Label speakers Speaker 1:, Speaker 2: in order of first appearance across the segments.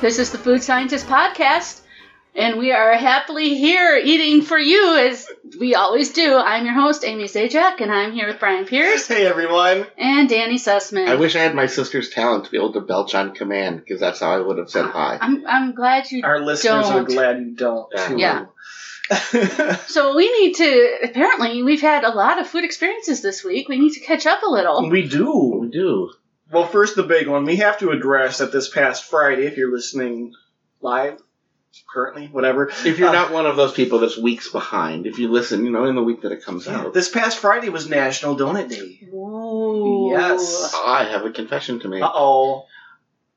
Speaker 1: This is the Food Scientist Podcast, and we are happily here eating for you as we always do. I'm your host, Amy Zajac, and I'm here with Brian Pierce
Speaker 2: Hey everyone!
Speaker 1: and Danny Sussman.
Speaker 2: I wish I had my sister's talent to be able to belch on command because that's how I would have said hi.
Speaker 1: I'm, I'm glad you.
Speaker 3: Our listeners
Speaker 1: Don't.
Speaker 3: are glad you don't.
Speaker 2: Yeah.
Speaker 3: too.
Speaker 1: Yeah. So we need to. Apparently, we've had a lot of food experiences this week. We need to catch up a little.
Speaker 3: we do.
Speaker 2: We do.
Speaker 3: Well, first the big one. We have to address that this past Friday, if you're listening live, currently, whatever.
Speaker 2: If you're
Speaker 3: uh,
Speaker 2: not one of those people that's weeks behind, if you listen, you know, in the week that it comes out,
Speaker 3: this past Friday was National Donut Day.
Speaker 1: Ooh.
Speaker 3: Yes.
Speaker 2: I have a confession to make.
Speaker 3: Uh oh.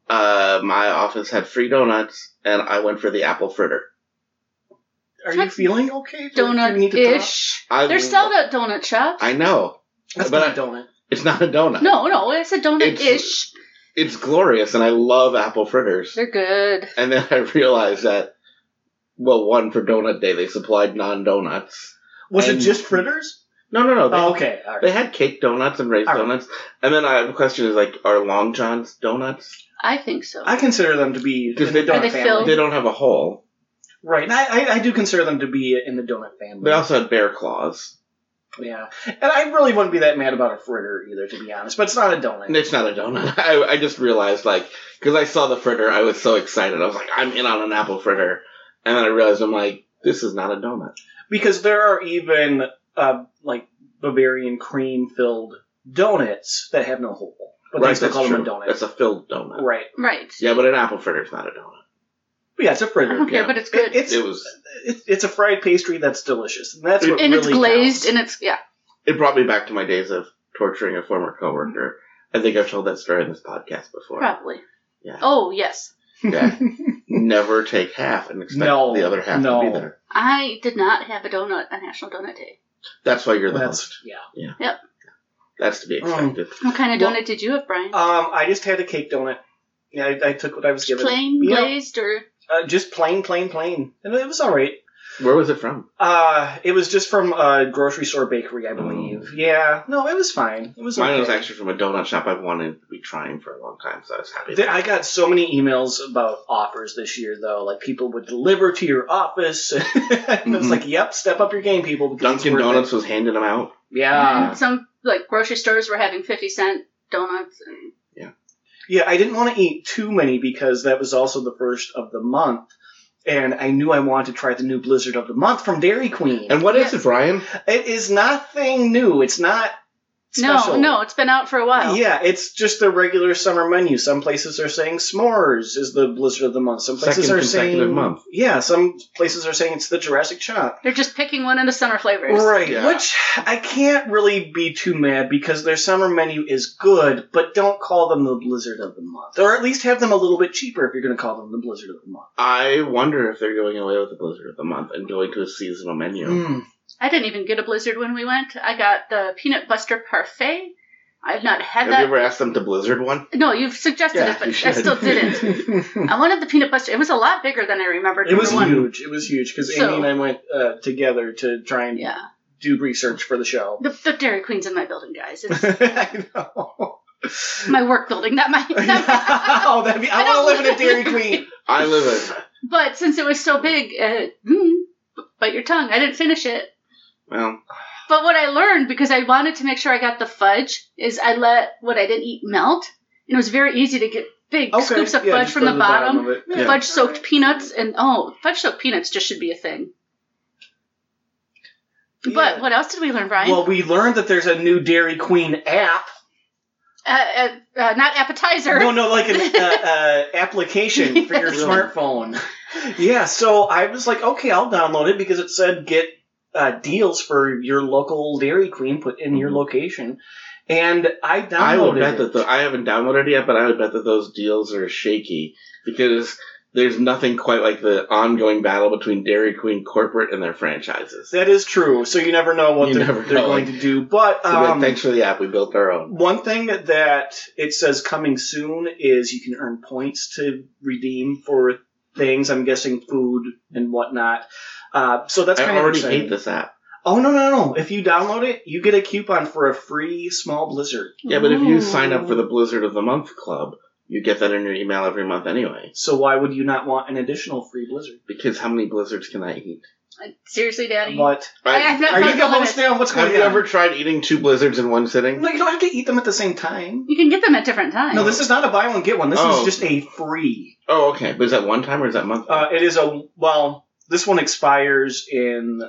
Speaker 2: Uh, my office had free donuts, and I went for the apple fritter.
Speaker 3: Are you feeling okay? Do you
Speaker 1: Donut
Speaker 3: need to talk?
Speaker 1: ish.
Speaker 2: I,
Speaker 1: There's still a donut shop.
Speaker 2: I know
Speaker 3: That's
Speaker 2: But
Speaker 3: not a donut.
Speaker 2: it's not a donut.
Speaker 1: No, no, it's a donut ish.
Speaker 2: It's glorious, and I love apple fritters.
Speaker 1: They're good.
Speaker 2: And then I realized that, well, one for Donut Day, they supplied non-donuts.
Speaker 3: Was
Speaker 2: And-
Speaker 3: it just fritters?
Speaker 2: No, no, no. They,
Speaker 3: Oh, okay. All right.
Speaker 2: They had cake donuts and raised
Speaker 3: All right.
Speaker 2: donuts. And then I have a question is like, are Long John's donuts?
Speaker 1: I think so.
Speaker 3: I consider them to be in
Speaker 2: Because they
Speaker 3: the donut
Speaker 1: Are they
Speaker 3: family.
Speaker 1: filled?
Speaker 2: They don't have a hole.
Speaker 3: Right. And I, I, I do consider them to be in the donut family.
Speaker 2: They also had bear claws.
Speaker 3: Yeah, and I really wouldn't be that mad about a fritter either, to be honest. But it's not a
Speaker 2: And
Speaker 3: donut.
Speaker 2: it's not a donut. I, I just realized, like, because I saw the fritter, I was so excited. I was like, I'm in on an apple fritter. And then I realized, I'm like, this is not a donut.
Speaker 3: because there are even uh, like Bavarian cream filled donuts that have no hole, but they still
Speaker 2: that's
Speaker 3: call them a
Speaker 2: true.
Speaker 3: donut.
Speaker 2: That's a filled donut.
Speaker 3: right?
Speaker 1: right.
Speaker 2: Yeah, but an apple fritter is not a donut.
Speaker 3: But yeah, it's a
Speaker 1: I
Speaker 3: fritter.
Speaker 1: don't care,
Speaker 2: yeah.
Speaker 1: but it's good.
Speaker 3: It's
Speaker 2: It was.
Speaker 3: it's- it's a fried pastry that's delicious, and that's what
Speaker 1: and
Speaker 3: really
Speaker 1: it's glazed
Speaker 3: counts.
Speaker 1: and it's yeah
Speaker 2: It brought me back to my days of torturing a former coworker. I think I've told that story in this podcast before.
Speaker 1: probably
Speaker 2: Yeah.
Speaker 1: oh yes
Speaker 2: Yeah. Never take half and expect
Speaker 3: No,
Speaker 2: the other half to
Speaker 3: no.
Speaker 2: be there.
Speaker 1: i did not have a donut on national donut day
Speaker 2: That's why you're the
Speaker 3: That's- Oh.
Speaker 2: host.
Speaker 3: yeah.
Speaker 2: That's to be expected.
Speaker 1: what kind of
Speaker 3: Well,
Speaker 1: donut did you have brian
Speaker 3: Um, I just had a cake donut. Yeah, I, I took what I was given.
Speaker 1: plain
Speaker 3: yeah.
Speaker 1: glazed or
Speaker 3: Uh, just plain, plain, plain, and it was all right.
Speaker 2: Where was it from?
Speaker 3: Uh, it was just from a grocery store bakery, I believe. Yeah, no, it was fine. It was.
Speaker 2: Mm. Mine was
Speaker 3: okay.
Speaker 2: actually from a donut shop I've wanted to be trying for a long time, so I was happy.
Speaker 3: Th- I got so many emails about offers this year, though. Like people would deliver to your office. and I
Speaker 2: Mhm.
Speaker 3: was like, "Yep, step up your game, people." because it's
Speaker 2: Dunkin'
Speaker 3: worth
Speaker 2: Donuts Mm-hmm. was handing them out.
Speaker 3: it. Yeah,
Speaker 1: and some like grocery stores were having 50 cent donuts and
Speaker 3: yeah. I didn't want to eat too many because that was also the first of the month, and I knew I wanted to try the new Blizzard of the month from Dairy Queen.
Speaker 2: And what is
Speaker 1: Yes.
Speaker 2: it, Brian?
Speaker 3: it is nothing new. It's not. Special.
Speaker 1: no no it's been out for a while
Speaker 3: Yeah, it's just the regular summer menu. Some places are saying s'mores is the blizzard of the month. Some places
Speaker 2: Second
Speaker 3: are saying
Speaker 2: consecutive month.
Speaker 3: Yeah, some places are saying it's the Jurassic Chop.
Speaker 1: they're just picking one of the summer flavors
Speaker 3: Right,
Speaker 2: Yeah.
Speaker 3: which I can't really be too mad because their summer menu is good, but don't call them the Blizzard of the Month. Or at least have them a little bit cheaper if you're going to call them the Blizzard of the Month.
Speaker 2: I wonder if they're going away with the Blizzard of the Month and going to a seasonal menu.
Speaker 3: Mm.
Speaker 1: i didn't even get a blizzard when we went i got the peanut butter parfait i've not had
Speaker 2: Have you
Speaker 1: that
Speaker 2: ever asked them to Blizzard one?
Speaker 1: no you've suggested
Speaker 2: Yeah,
Speaker 1: it but
Speaker 2: you
Speaker 1: i
Speaker 2: should.
Speaker 1: still didn't i wanted the peanut butter it was a lot bigger than i remembered
Speaker 3: It was
Speaker 1: Hmm. number one.
Speaker 3: huge. It was huge because
Speaker 1: So-
Speaker 3: Amy and I went uh, together to try and
Speaker 1: yeah
Speaker 3: do research for the show.
Speaker 1: the, the Dairy Queen's in my building, guys. It's
Speaker 3: I know.
Speaker 1: my work building, not my. Not my
Speaker 3: oh, that'd be, I,
Speaker 1: I don't
Speaker 3: want to live in a Dairy
Speaker 1: live-
Speaker 3: Queen.
Speaker 2: I live in.
Speaker 1: but since it was so big, uh, hmm, bite your tongue. I didn't finish it.
Speaker 2: Well,
Speaker 1: But what I learned because I wanted to make sure I got the fudge is I let what I didn't eat melt, and it was very easy to get big
Speaker 3: Okay,
Speaker 1: scoops of
Speaker 3: yeah,
Speaker 1: fudge
Speaker 3: just
Speaker 1: from
Speaker 3: go
Speaker 1: the,
Speaker 3: to
Speaker 1: bottom.
Speaker 3: of it. Yeah.
Speaker 1: Fudge soaked peanuts and oh, fudge soaked peanuts just should be a thing.
Speaker 3: Yeah.
Speaker 1: But what else did we learn, Brian?
Speaker 3: Well, we learned that there's a new Dairy Queen app.
Speaker 1: uh, uh, uh, not appetizer.
Speaker 3: No, no, like an uh, uh, application for your
Speaker 2: Yes.
Speaker 3: smartphone. Yeah, so I was like, okay, I'll download it because it said get uh, deals for your local Dairy Queen put in your
Speaker 2: Mhm.
Speaker 3: location, and I downloaded
Speaker 2: I would bet
Speaker 3: it.
Speaker 2: that the, I haven't downloaded it yet, but I would bet that those deals are shaky because there's nothing quite like the ongoing battle between Dairy Queen corporate and their franchises.
Speaker 3: that is true. So you never know what
Speaker 2: You
Speaker 3: they're,
Speaker 2: never
Speaker 3: they're
Speaker 2: know.
Speaker 3: going to do. But
Speaker 2: So, but
Speaker 3: um,
Speaker 2: thanks for the app. We built our own.
Speaker 3: one thing that it says coming soon is you can earn points to redeem for things. I'm guessing food and whatnot. Uh, so that's kind
Speaker 2: I
Speaker 3: of
Speaker 2: already
Speaker 3: exciting.
Speaker 2: hate this app.
Speaker 3: Oh no no no! If you download it, you get a coupon for a free small blizzard.
Speaker 2: Yeah, but if you
Speaker 1: Ooh.
Speaker 2: sign up for the Blizzard of the Month Club, You get that in your email every month anyway.
Speaker 3: So why would you not want an additional free blizzard?
Speaker 2: Because how many blizzards can I eat?
Speaker 1: Like, Seriously, Daddy?
Speaker 3: But
Speaker 1: I, I've not
Speaker 3: are you
Speaker 1: found
Speaker 3: the
Speaker 1: the
Speaker 3: host
Speaker 1: limit.
Speaker 3: now? What's
Speaker 2: have
Speaker 3: going
Speaker 2: you
Speaker 3: on?
Speaker 2: ever tried eating two blizzards in one sitting?
Speaker 3: No, you don't have to eat them at the same time.
Speaker 1: You can get them at different times.
Speaker 3: No, this is not a buy one get one. This
Speaker 2: Oh.
Speaker 3: is just a free.
Speaker 2: Oh, okay. But is that one time or is that month?
Speaker 3: Uh, it is a well. This one expires in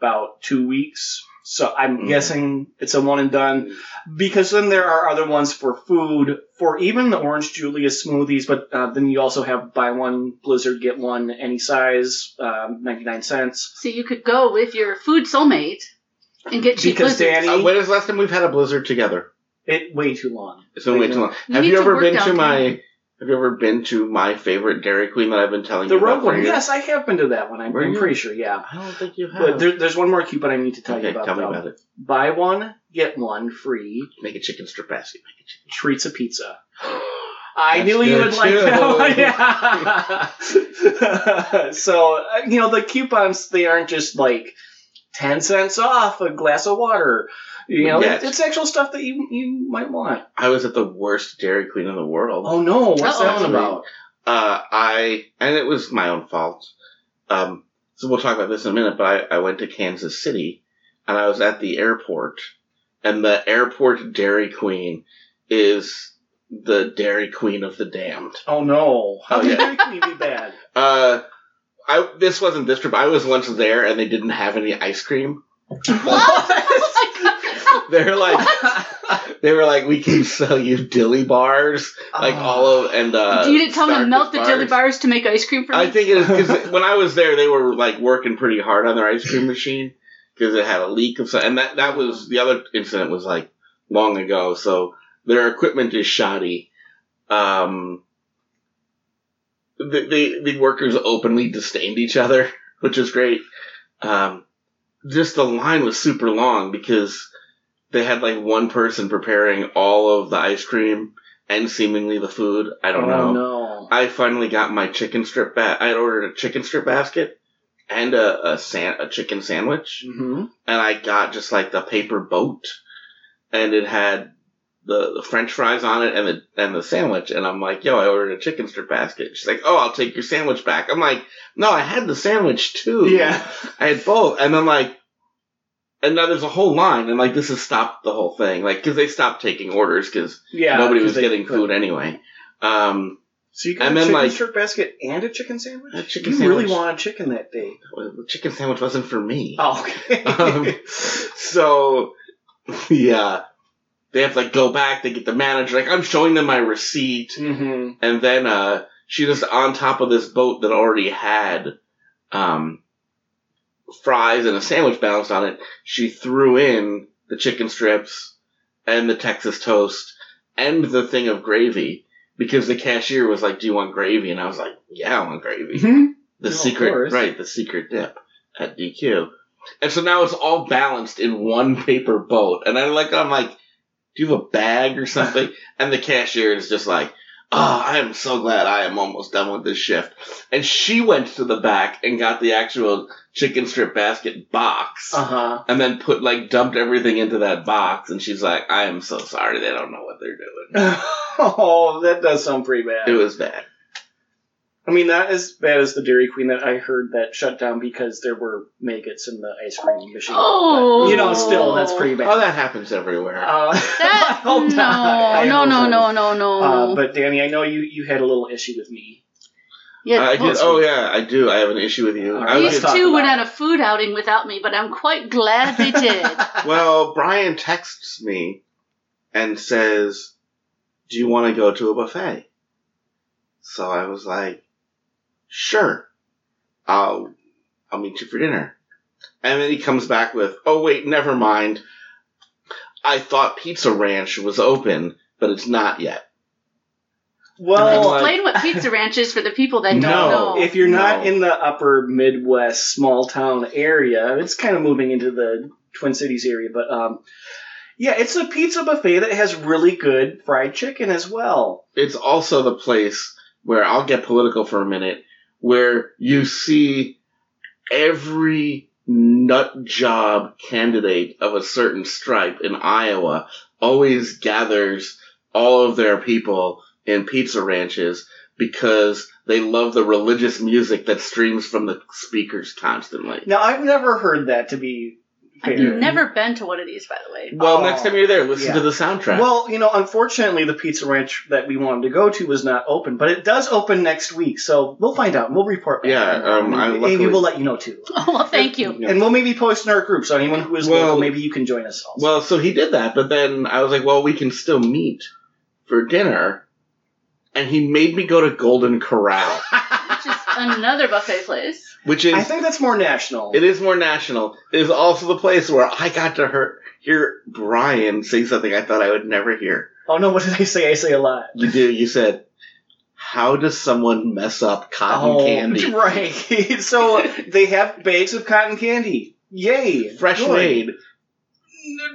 Speaker 3: about two weeks, so I'm
Speaker 2: Mm.
Speaker 3: guessing it's a one and done. Because then there are other ones for food, for even the orange Julius smoothies. But uh, then you also have buy one Blizzard get one any size, um, ninety nine cents.
Speaker 1: So you could go with your food soulmate and get cheap
Speaker 3: Because
Speaker 1: blizzards.
Speaker 3: Danny,
Speaker 2: Uh, when is the last time we've had a blizzard together?
Speaker 3: it way too long.
Speaker 2: It's been way too long.
Speaker 1: You
Speaker 2: have
Speaker 1: need
Speaker 2: you
Speaker 1: to
Speaker 2: ever
Speaker 1: work
Speaker 2: been to
Speaker 1: downtown.
Speaker 2: my? Have you ever been to my favorite Dairy Queen that I've been telling
Speaker 3: The
Speaker 2: you about
Speaker 3: rogue
Speaker 2: for
Speaker 3: one,
Speaker 2: years?
Speaker 3: yes, I have been to that one. I'm,
Speaker 2: Were
Speaker 3: I'm
Speaker 2: you?
Speaker 3: pretty sure, yeah.
Speaker 2: I don't think you have.
Speaker 3: But there, there's one more coupon I need to tell
Speaker 2: okay,
Speaker 3: you about.
Speaker 2: tell me
Speaker 3: though.
Speaker 2: about it.
Speaker 3: Buy one, get one free.
Speaker 2: Make a chicken stripasky. Make a chicken.
Speaker 3: Treats a pizza. I
Speaker 2: That's
Speaker 3: knew you
Speaker 2: good,
Speaker 3: would like
Speaker 2: too.
Speaker 3: that one. Yeah. so uh, you know the coupons they aren't just like ten cents off a glass of water. You know,
Speaker 2: Yes.
Speaker 3: it's actual stuff that you you might want.
Speaker 2: I was at the worst Dairy Queen in the world.
Speaker 3: Oh no, what's that
Speaker 1: Uh-oh.
Speaker 3: one about?
Speaker 2: Uh, I and it was my own fault. Um, so we'll talk about this in a minute. But I, I went to Kansas City, and I was at the airport, and the airport Dairy Queen is the Dairy Queen of the damned.
Speaker 3: Oh no. How
Speaker 2: Oh,
Speaker 3: did
Speaker 2: yeah.
Speaker 3: Dairy Queen be bad?
Speaker 2: Uh, I this wasn't this trip. I was once there, and they didn't have any ice cream. They're like they were like, we can sell you dilly bars, like
Speaker 3: Ah,
Speaker 2: all of and uh.
Speaker 1: Ah. you didn't tell them to
Speaker 2: Starfish
Speaker 1: melt the dilly bars to make ice cream for me?
Speaker 2: I think it is because when I was there, they were like working pretty hard on their ice cream machine because it had a leak of something. And that that was the other incident was like long ago, so their equipment is shoddy. Um, the the, the workers openly disdained each other, which is great. Um, just the line was super long because they had like one person preparing all of the ice cream and seemingly the food. I don't know.
Speaker 3: Oh no.
Speaker 2: I finally got my chicken strip ba- I had ordered a chicken strip basket and a a, san- a chicken sandwich,
Speaker 3: hmm
Speaker 2: and I got just like the paper boat, and it had the, the French fries on it and the and the sandwich, and I'm like, yo, I ordered a chicken strip basket. She's like, oh, I'll take your sandwich back. I'm like, no, I had the sandwich too.
Speaker 3: Yeah.
Speaker 2: I had both, and then like, and now there's a whole line, and like this has stopped the whole thing, like because they stopped taking orders because
Speaker 3: Yeah.
Speaker 2: nobody
Speaker 3: 'cause
Speaker 2: was
Speaker 3: they
Speaker 2: getting
Speaker 3: could.
Speaker 2: food anyway. Um,
Speaker 3: So you
Speaker 2: And
Speaker 3: got a
Speaker 2: then,
Speaker 3: chicken
Speaker 2: like-
Speaker 3: strip basket and a chicken sandwich.
Speaker 2: A chicken
Speaker 3: you
Speaker 2: sandwich.
Speaker 3: really wanted chicken that day.
Speaker 2: Well, the chicken sandwich wasn't for me.
Speaker 3: Oh, okay.
Speaker 2: Um, so, yeah. They have to like, go back, they get the manager, like, I'm showing them my receipt.
Speaker 3: hmm
Speaker 2: And then, uh, she just on top of this boat that already had, um, fries and a sandwich balanced on it, she threw in the chicken strips and the Texas toast and the thing of gravy because the cashier was like, do you want gravy? And I was like, yeah, I want gravy.
Speaker 3: Mm-hmm. No,
Speaker 2: The
Speaker 3: of
Speaker 2: secret,
Speaker 3: course.
Speaker 2: right? The secret dip at E DQ, and so now it's all balanced in one paper boat. And I like, I'm like, do you have a bag or something? and the cashier is just like, oh, I am so glad I am almost done with this shift. And she went to the back and got the actual chicken strip basket box,
Speaker 3: Uh huh.
Speaker 2: and then put like dumped everything into that box. And she's like, I am so sorry, they don't know what they're doing.
Speaker 3: oh, that does sound pretty bad.
Speaker 2: it was bad.
Speaker 3: I mean, not as bad as the Dairy Queen that I heard that shut down because there were maggots in the ice cream machine.
Speaker 1: Oh.
Speaker 3: But, you know, still that's pretty
Speaker 2: Oh,
Speaker 3: bad.
Speaker 2: that happens everywhere.
Speaker 3: Uh,
Speaker 1: That-
Speaker 3: I hope
Speaker 1: no,
Speaker 3: not. I
Speaker 1: no,
Speaker 3: hope
Speaker 1: no,
Speaker 3: not.
Speaker 1: no, no, no.
Speaker 3: Uh, but Danny, I know you, you had a little issue with me.
Speaker 1: yeah,
Speaker 2: I
Speaker 1: well,
Speaker 2: did, oh yeah, I do. I have an issue with you.
Speaker 3: All
Speaker 2: I
Speaker 3: right,
Speaker 2: was
Speaker 3: let's
Speaker 2: just-
Speaker 1: these
Speaker 3: talk
Speaker 1: two
Speaker 3: about
Speaker 1: went
Speaker 3: it.
Speaker 1: on a food outing without me, but I'm quite glad they did.
Speaker 2: well, Brian texts me and says, Do you want to go to a buffet? So I was like, Sure. I'll, I'll meet you for dinner. And then he comes back with, Oh, wait, never mind. I thought Pizza Ranch was open, but it's not yet.
Speaker 3: well,
Speaker 2: like-
Speaker 1: Explain what Pizza Ranch is for the people that don't
Speaker 2: No,
Speaker 1: know.
Speaker 3: Oh, if you're not
Speaker 2: No.
Speaker 3: in the upper Midwest small town area, it's kind of moving into the Twin Cities area, but um, yeah, it's a pizza buffet that has really good fried chicken as well.
Speaker 2: it's also the place where I'll get political for a minute, where you see every nut job candidate of a certain stripe in Iowa always gathers all of their people and pizza ranches because they love the religious music that streams from the speakers constantly.
Speaker 3: Now I've never heard that to be
Speaker 1: I've
Speaker 2: Mm-hmm.
Speaker 3: fair.
Speaker 1: never been to one of these, by the way.
Speaker 2: Well,
Speaker 3: Oh.
Speaker 2: next time you're there, listen
Speaker 3: Yeah.
Speaker 2: to the soundtrack.
Speaker 3: Well, you know, unfortunately, the pizza ranch that we wanted to go to was not open, but it does open next week, so we'll find out. and We'll report. Back.
Speaker 2: Yeah, um, I
Speaker 3: and
Speaker 2: luckily-
Speaker 3: Amy will let you know too,
Speaker 1: Oh, well, thank you.
Speaker 2: Yeah.
Speaker 3: and we'll maybe post in our group. So anyone who is
Speaker 2: Well-
Speaker 3: local, maybe you can join us. Also.
Speaker 2: Well, so he did that, but then I was like, well, we can still meet for dinner. And he made me go to Golden Corral,
Speaker 1: Which is another buffet place.
Speaker 2: which is
Speaker 3: I think that's more national.
Speaker 2: it is more national. It is also the place where I got to hear, hear Brian say something I thought I would never hear.
Speaker 3: Oh no, what did I say? I say a lot.
Speaker 2: You do. You said, "How does someone mess up cotton
Speaker 3: oh,
Speaker 2: candy,
Speaker 3: right? so they have bags of cotton candy. Yay!
Speaker 2: fresh
Speaker 3: Good.
Speaker 2: made?"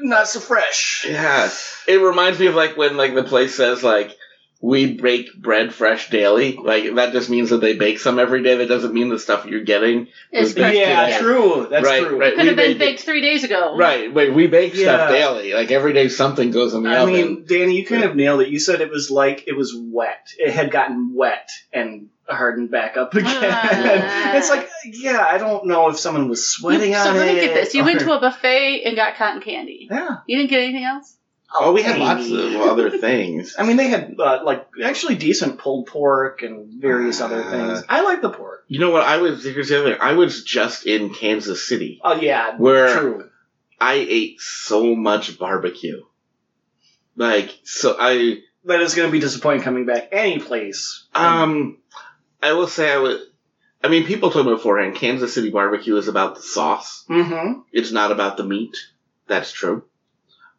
Speaker 3: not so fresh.
Speaker 2: Yeah, it reminds me of like when like the place says like we bake bread fresh daily. Like that just means that they bake some every day. That doesn't mean the stuff you're getting.
Speaker 1: It's
Speaker 2: Yeah,
Speaker 1: fresh
Speaker 3: Yeah,
Speaker 1: today.
Speaker 3: true. That's
Speaker 2: right,
Speaker 3: true.
Speaker 2: right.
Speaker 1: Could have
Speaker 2: we
Speaker 1: been
Speaker 2: bake it-
Speaker 1: baked three days ago.
Speaker 2: Right, wait, we bake
Speaker 3: Yeah.
Speaker 2: stuff daily. Like every day, something goes in the
Speaker 3: I
Speaker 2: oven.
Speaker 3: mean, Danny, you kind of nailed it. You said it was like it was wet. It had gotten wet and hardened back up again.
Speaker 1: Ah.
Speaker 3: it's like, yeah, I don't know if someone was sweating
Speaker 1: You-
Speaker 3: on
Speaker 1: so
Speaker 3: it.
Speaker 1: let me get this. You went
Speaker 3: or-
Speaker 1: to a buffet and got cotton candy.
Speaker 3: yeah.
Speaker 1: You didn't get anything else?
Speaker 2: oh, we had
Speaker 3: Amy.
Speaker 2: lots of other things.
Speaker 3: I mean, they had uh, like actually decent pulled pork and various other
Speaker 2: Ah.
Speaker 3: things. I like the pork.
Speaker 2: You know what? I was here's the other thing. I was just in Kansas City
Speaker 3: Oh yeah,
Speaker 2: where
Speaker 3: true.
Speaker 2: I ate so much barbecue. Like so, I
Speaker 3: That is going to be disappointing coming back any place.
Speaker 2: Um, I will say I would. I mean, people told me beforehand. Kansas City barbecue is about the sauce.
Speaker 3: hmm
Speaker 2: It's not about the meat. That's true.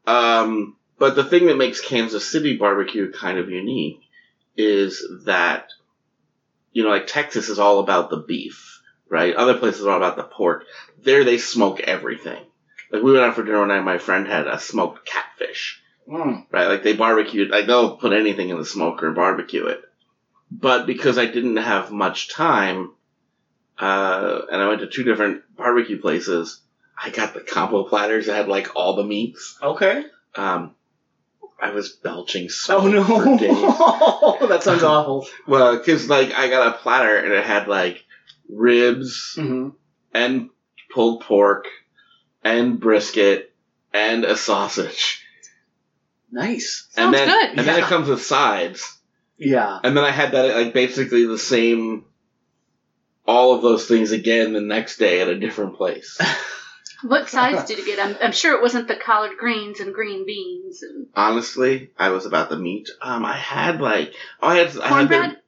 Speaker 2: Um, but the thing that makes Kansas City barbecue kind of unique is that, you know, like Texas is all about the beef, right? Other places are all about the pork. There they smoke everything. Like we went out for dinner one night. My friend had a smoked catfish
Speaker 3: Mm.
Speaker 2: right? Like they barbecued, like they'll put anything in the smoker and barbecue it. But because I didn't have much time, uh, and I went to two different barbecue places, I got the combo platters that had like all the meats.
Speaker 3: Okay.
Speaker 2: Um, I was belching smoke
Speaker 3: Oh
Speaker 2: for days.
Speaker 3: no, that sounds awful.
Speaker 2: Well, because like I got a platter and it had like ribs
Speaker 3: hmm
Speaker 2: and pulled pork and brisket and a sausage,
Speaker 3: Nice.
Speaker 1: Sounds
Speaker 2: and then
Speaker 1: good.
Speaker 2: and then it
Speaker 3: Yeah.
Speaker 2: comes with sides.
Speaker 3: Yeah.
Speaker 2: And then I had that like basically the same all of those things again the next day at a different place.
Speaker 1: What sides did you get? I'm, I'm sure it wasn't the collard greens and green beans. And
Speaker 2: Honestly, I was about the meat. Um, I had like oh, I had I had
Speaker 1: cornbread?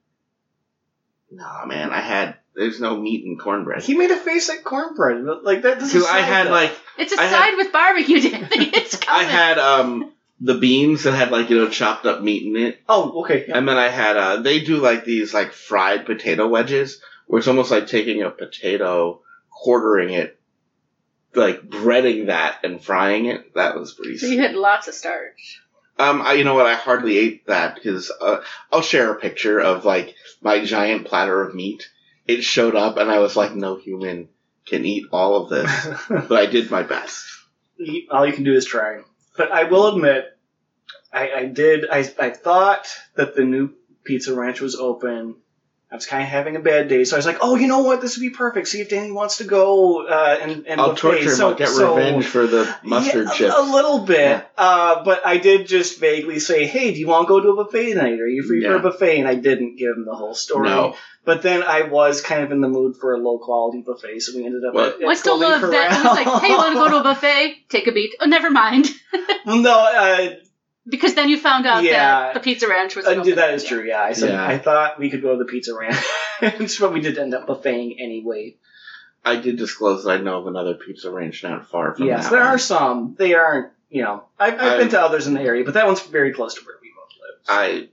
Speaker 2: the, nah man, I had there's no meat in cornbread.
Speaker 3: He made a face at cornbread. but, Like that doesn't.
Speaker 2: Because I
Speaker 3: sound
Speaker 2: had
Speaker 3: good.
Speaker 2: like
Speaker 1: It's a
Speaker 2: I had-
Speaker 1: side with barbecue, Danny. It's
Speaker 2: I
Speaker 1: coming.
Speaker 2: had um the beans that had like you know chopped up meat in it,
Speaker 3: Oh, okay. yeah.
Speaker 2: and then I had uh they do like these like fried potato wedges where it's almost like taking a potato, quartering it, like breading that and frying it. That was pretty.
Speaker 1: so you had lots of starch.
Speaker 2: Um, I, you know what? I hardly ate that because uh, I'll share a picture of like my giant platter of meat. It showed up, and I was like, "No human can eat all of this," but I did my best.
Speaker 3: You- All you can do is try. But I will admit, I, I did. I, I thought that the new pizza ranch was open. I was kind of having a bad day, so I was like, "Oh, you know what? This would be perfect. See if Danny wants to go uh, and and
Speaker 2: I'll
Speaker 3: buffet."
Speaker 2: torture him.
Speaker 3: So-
Speaker 2: I'll get
Speaker 3: so-
Speaker 2: revenge for the mustard
Speaker 3: Yeah, a-
Speaker 2: chips.
Speaker 3: A little bit.
Speaker 2: Yeah.
Speaker 3: Uh, but I did just vaguely say, hey, do you want to go to a buffet tonight? Are you free for
Speaker 2: Yeah.
Speaker 3: a buffet? And I didn't give him the whole story.
Speaker 2: No,
Speaker 3: But then I was kind of in the mood for a low quality buffet, so we ended up
Speaker 2: What?
Speaker 3: at, at
Speaker 1: I still
Speaker 3: Golden
Speaker 1: love that. I was like, hey, want to go to a buffet? Take a beat. Oh, never mind.
Speaker 3: Corral. no, uh,
Speaker 1: Because then you found out
Speaker 3: Yeah.
Speaker 1: that the pizza ranch was.
Speaker 3: uh,
Speaker 1: open.
Speaker 3: that is
Speaker 1: Yeah.
Speaker 3: true, yeah. I said,
Speaker 2: Yeah.
Speaker 3: I thought we could go to the pizza ranch, but we did end up buffeting anyway.
Speaker 2: I did disclose that I know of another pizza ranch not far from.
Speaker 3: yes,
Speaker 2: that
Speaker 3: there
Speaker 2: one.
Speaker 3: are some. They aren't, you know, I've, I've
Speaker 2: I-
Speaker 3: been to others in the area, but that one's very close to where we both live. so-
Speaker 2: I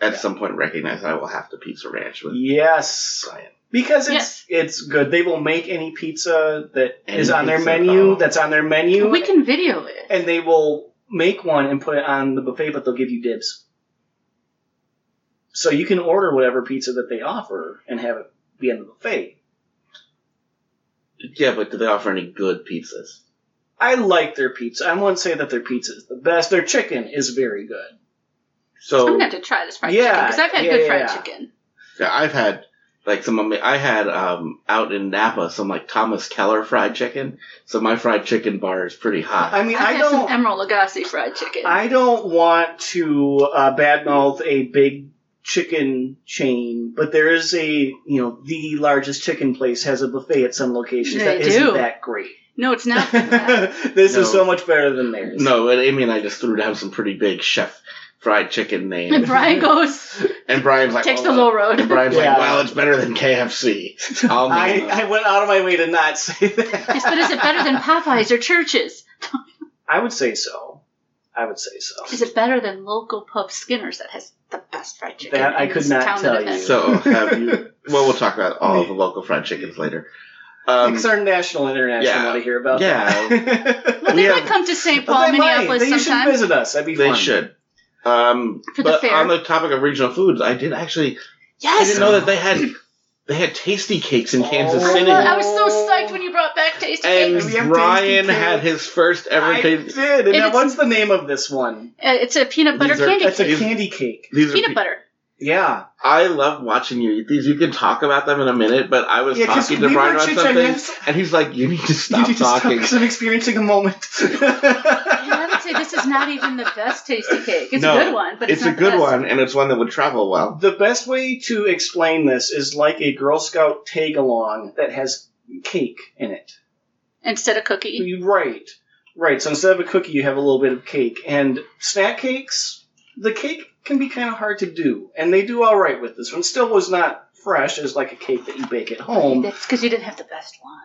Speaker 2: at
Speaker 3: Yeah.
Speaker 2: some point recognize I will have to pizza ranch with
Speaker 3: yes.
Speaker 2: Brian.
Speaker 3: Because
Speaker 1: Yes.
Speaker 3: it's it's good. They will make any pizza that is
Speaker 2: Any
Speaker 3: on their
Speaker 2: pizza,
Speaker 3: menu
Speaker 2: oh.
Speaker 3: that's on their menu,
Speaker 1: We can video it.
Speaker 3: and they will make one and put it on the buffet, but they'll give you dibs. So you can order whatever pizza that they offer and have it be on the buffet.
Speaker 2: Yeah, but do they offer any good pizzas?
Speaker 3: I like their pizza. I wouldn't say that their pizza is the best. Their chicken is very good.
Speaker 1: I'm
Speaker 2: So
Speaker 1: gonna have to try this fried
Speaker 3: Yeah,
Speaker 1: chicken because I've had
Speaker 3: yeah,
Speaker 1: good
Speaker 3: yeah,
Speaker 1: fried
Speaker 3: yeah.
Speaker 1: chicken.
Speaker 2: yeah, I've had like some. ama- I had um out in Napa some like Thomas Keller fried chicken. So my fried chicken bar is pretty hot.
Speaker 3: I mean,
Speaker 1: I've
Speaker 3: I
Speaker 1: had
Speaker 3: don't.
Speaker 1: some Emerald Lagasse fried chicken.
Speaker 3: I don't want to uh, badmouth a big chicken chain, but there is a you know the largest chicken place has a buffet at some locations
Speaker 1: They
Speaker 3: that not
Speaker 1: do.
Speaker 3: that great.
Speaker 1: no, it's not.
Speaker 3: this
Speaker 2: No.
Speaker 3: is so much better than theirs.
Speaker 2: No, and Amy and I just threw down some pretty big chef fried chicken
Speaker 1: and
Speaker 2: names,
Speaker 1: Brian goes
Speaker 2: and Brian's like
Speaker 1: takes
Speaker 2: "Oh,
Speaker 1: the low road.
Speaker 2: And Brian's
Speaker 3: Yeah.
Speaker 2: like, "Well, it's better than KFC." Um,
Speaker 3: I, I went out of my way to not say that.
Speaker 1: yes, but is it better than Popeyes or churches?
Speaker 3: I would say so. I would say so.
Speaker 1: Is it better than local pub Skinner's that has the best fried chicken?
Speaker 3: That I
Speaker 1: in
Speaker 3: could
Speaker 1: this
Speaker 3: not
Speaker 1: town
Speaker 3: tell
Speaker 1: that I've
Speaker 3: you.
Speaker 1: had?
Speaker 2: so have you? Well, we'll talk about all of the local fried chickens later. Um,
Speaker 3: it's our national and international.
Speaker 2: yeah.
Speaker 3: want to hear about
Speaker 2: Yeah.
Speaker 3: that?
Speaker 1: Well, they
Speaker 2: Yeah.
Speaker 1: might come to St.
Speaker 3: Well,
Speaker 1: Paul,
Speaker 3: they might.
Speaker 1: Minneapolis
Speaker 3: They should
Speaker 1: sometime.
Speaker 3: visit us. That'd be
Speaker 2: they
Speaker 3: fun.
Speaker 2: should. Um,
Speaker 1: For the
Speaker 2: but
Speaker 1: fair.
Speaker 2: on the topic of regional foods, I did actually. I
Speaker 1: Yes,
Speaker 2: didn't know that they had they had tasty cakes in Kansas
Speaker 3: Oh.
Speaker 1: I,
Speaker 2: City.
Speaker 1: lo- I was so psyched when you brought back tasty
Speaker 2: And
Speaker 1: cakes.
Speaker 3: We have tasty
Speaker 2: Brian
Speaker 3: cakes.
Speaker 2: had his first ever
Speaker 3: I
Speaker 2: tasty.
Speaker 3: did. And
Speaker 1: It
Speaker 3: now,
Speaker 1: is-
Speaker 3: what's the name of this one?
Speaker 1: Uh, It's a peanut butter
Speaker 2: These are-
Speaker 1: candy
Speaker 3: That's
Speaker 1: cake.
Speaker 3: a candy cake.
Speaker 2: These are,
Speaker 1: Peanut
Speaker 2: pe-
Speaker 1: butter.
Speaker 3: Yeah.
Speaker 2: I love watching you eat these. You can talk about them in a minute, but I was
Speaker 3: Yeah, 'cause
Speaker 2: talking to
Speaker 3: we
Speaker 2: Brian
Speaker 3: were
Speaker 2: about
Speaker 3: chit-chatting.
Speaker 2: something, and he's like, "You need to stop
Speaker 3: You just stop
Speaker 2: talking."
Speaker 3: 'cause I'm experiencing a moment.
Speaker 1: And I would say this is not even the best tasty cake. It's
Speaker 2: No,
Speaker 1: a good one, but it's,
Speaker 2: it's a
Speaker 1: not the
Speaker 2: good
Speaker 1: best.
Speaker 2: one, and it's one that would travel well.
Speaker 3: the best way to explain this is like a Girl Scout tag along that has cake in it.
Speaker 1: Instead of cookie,
Speaker 3: You- Right. Right. So instead of a cookie, you have a little bit of cake. And snack cakes, the cake can be kind of hard to do. And they do all right with this one. Still was not fresh as like a cake that you bake at home.
Speaker 1: that's because you didn't have the best one.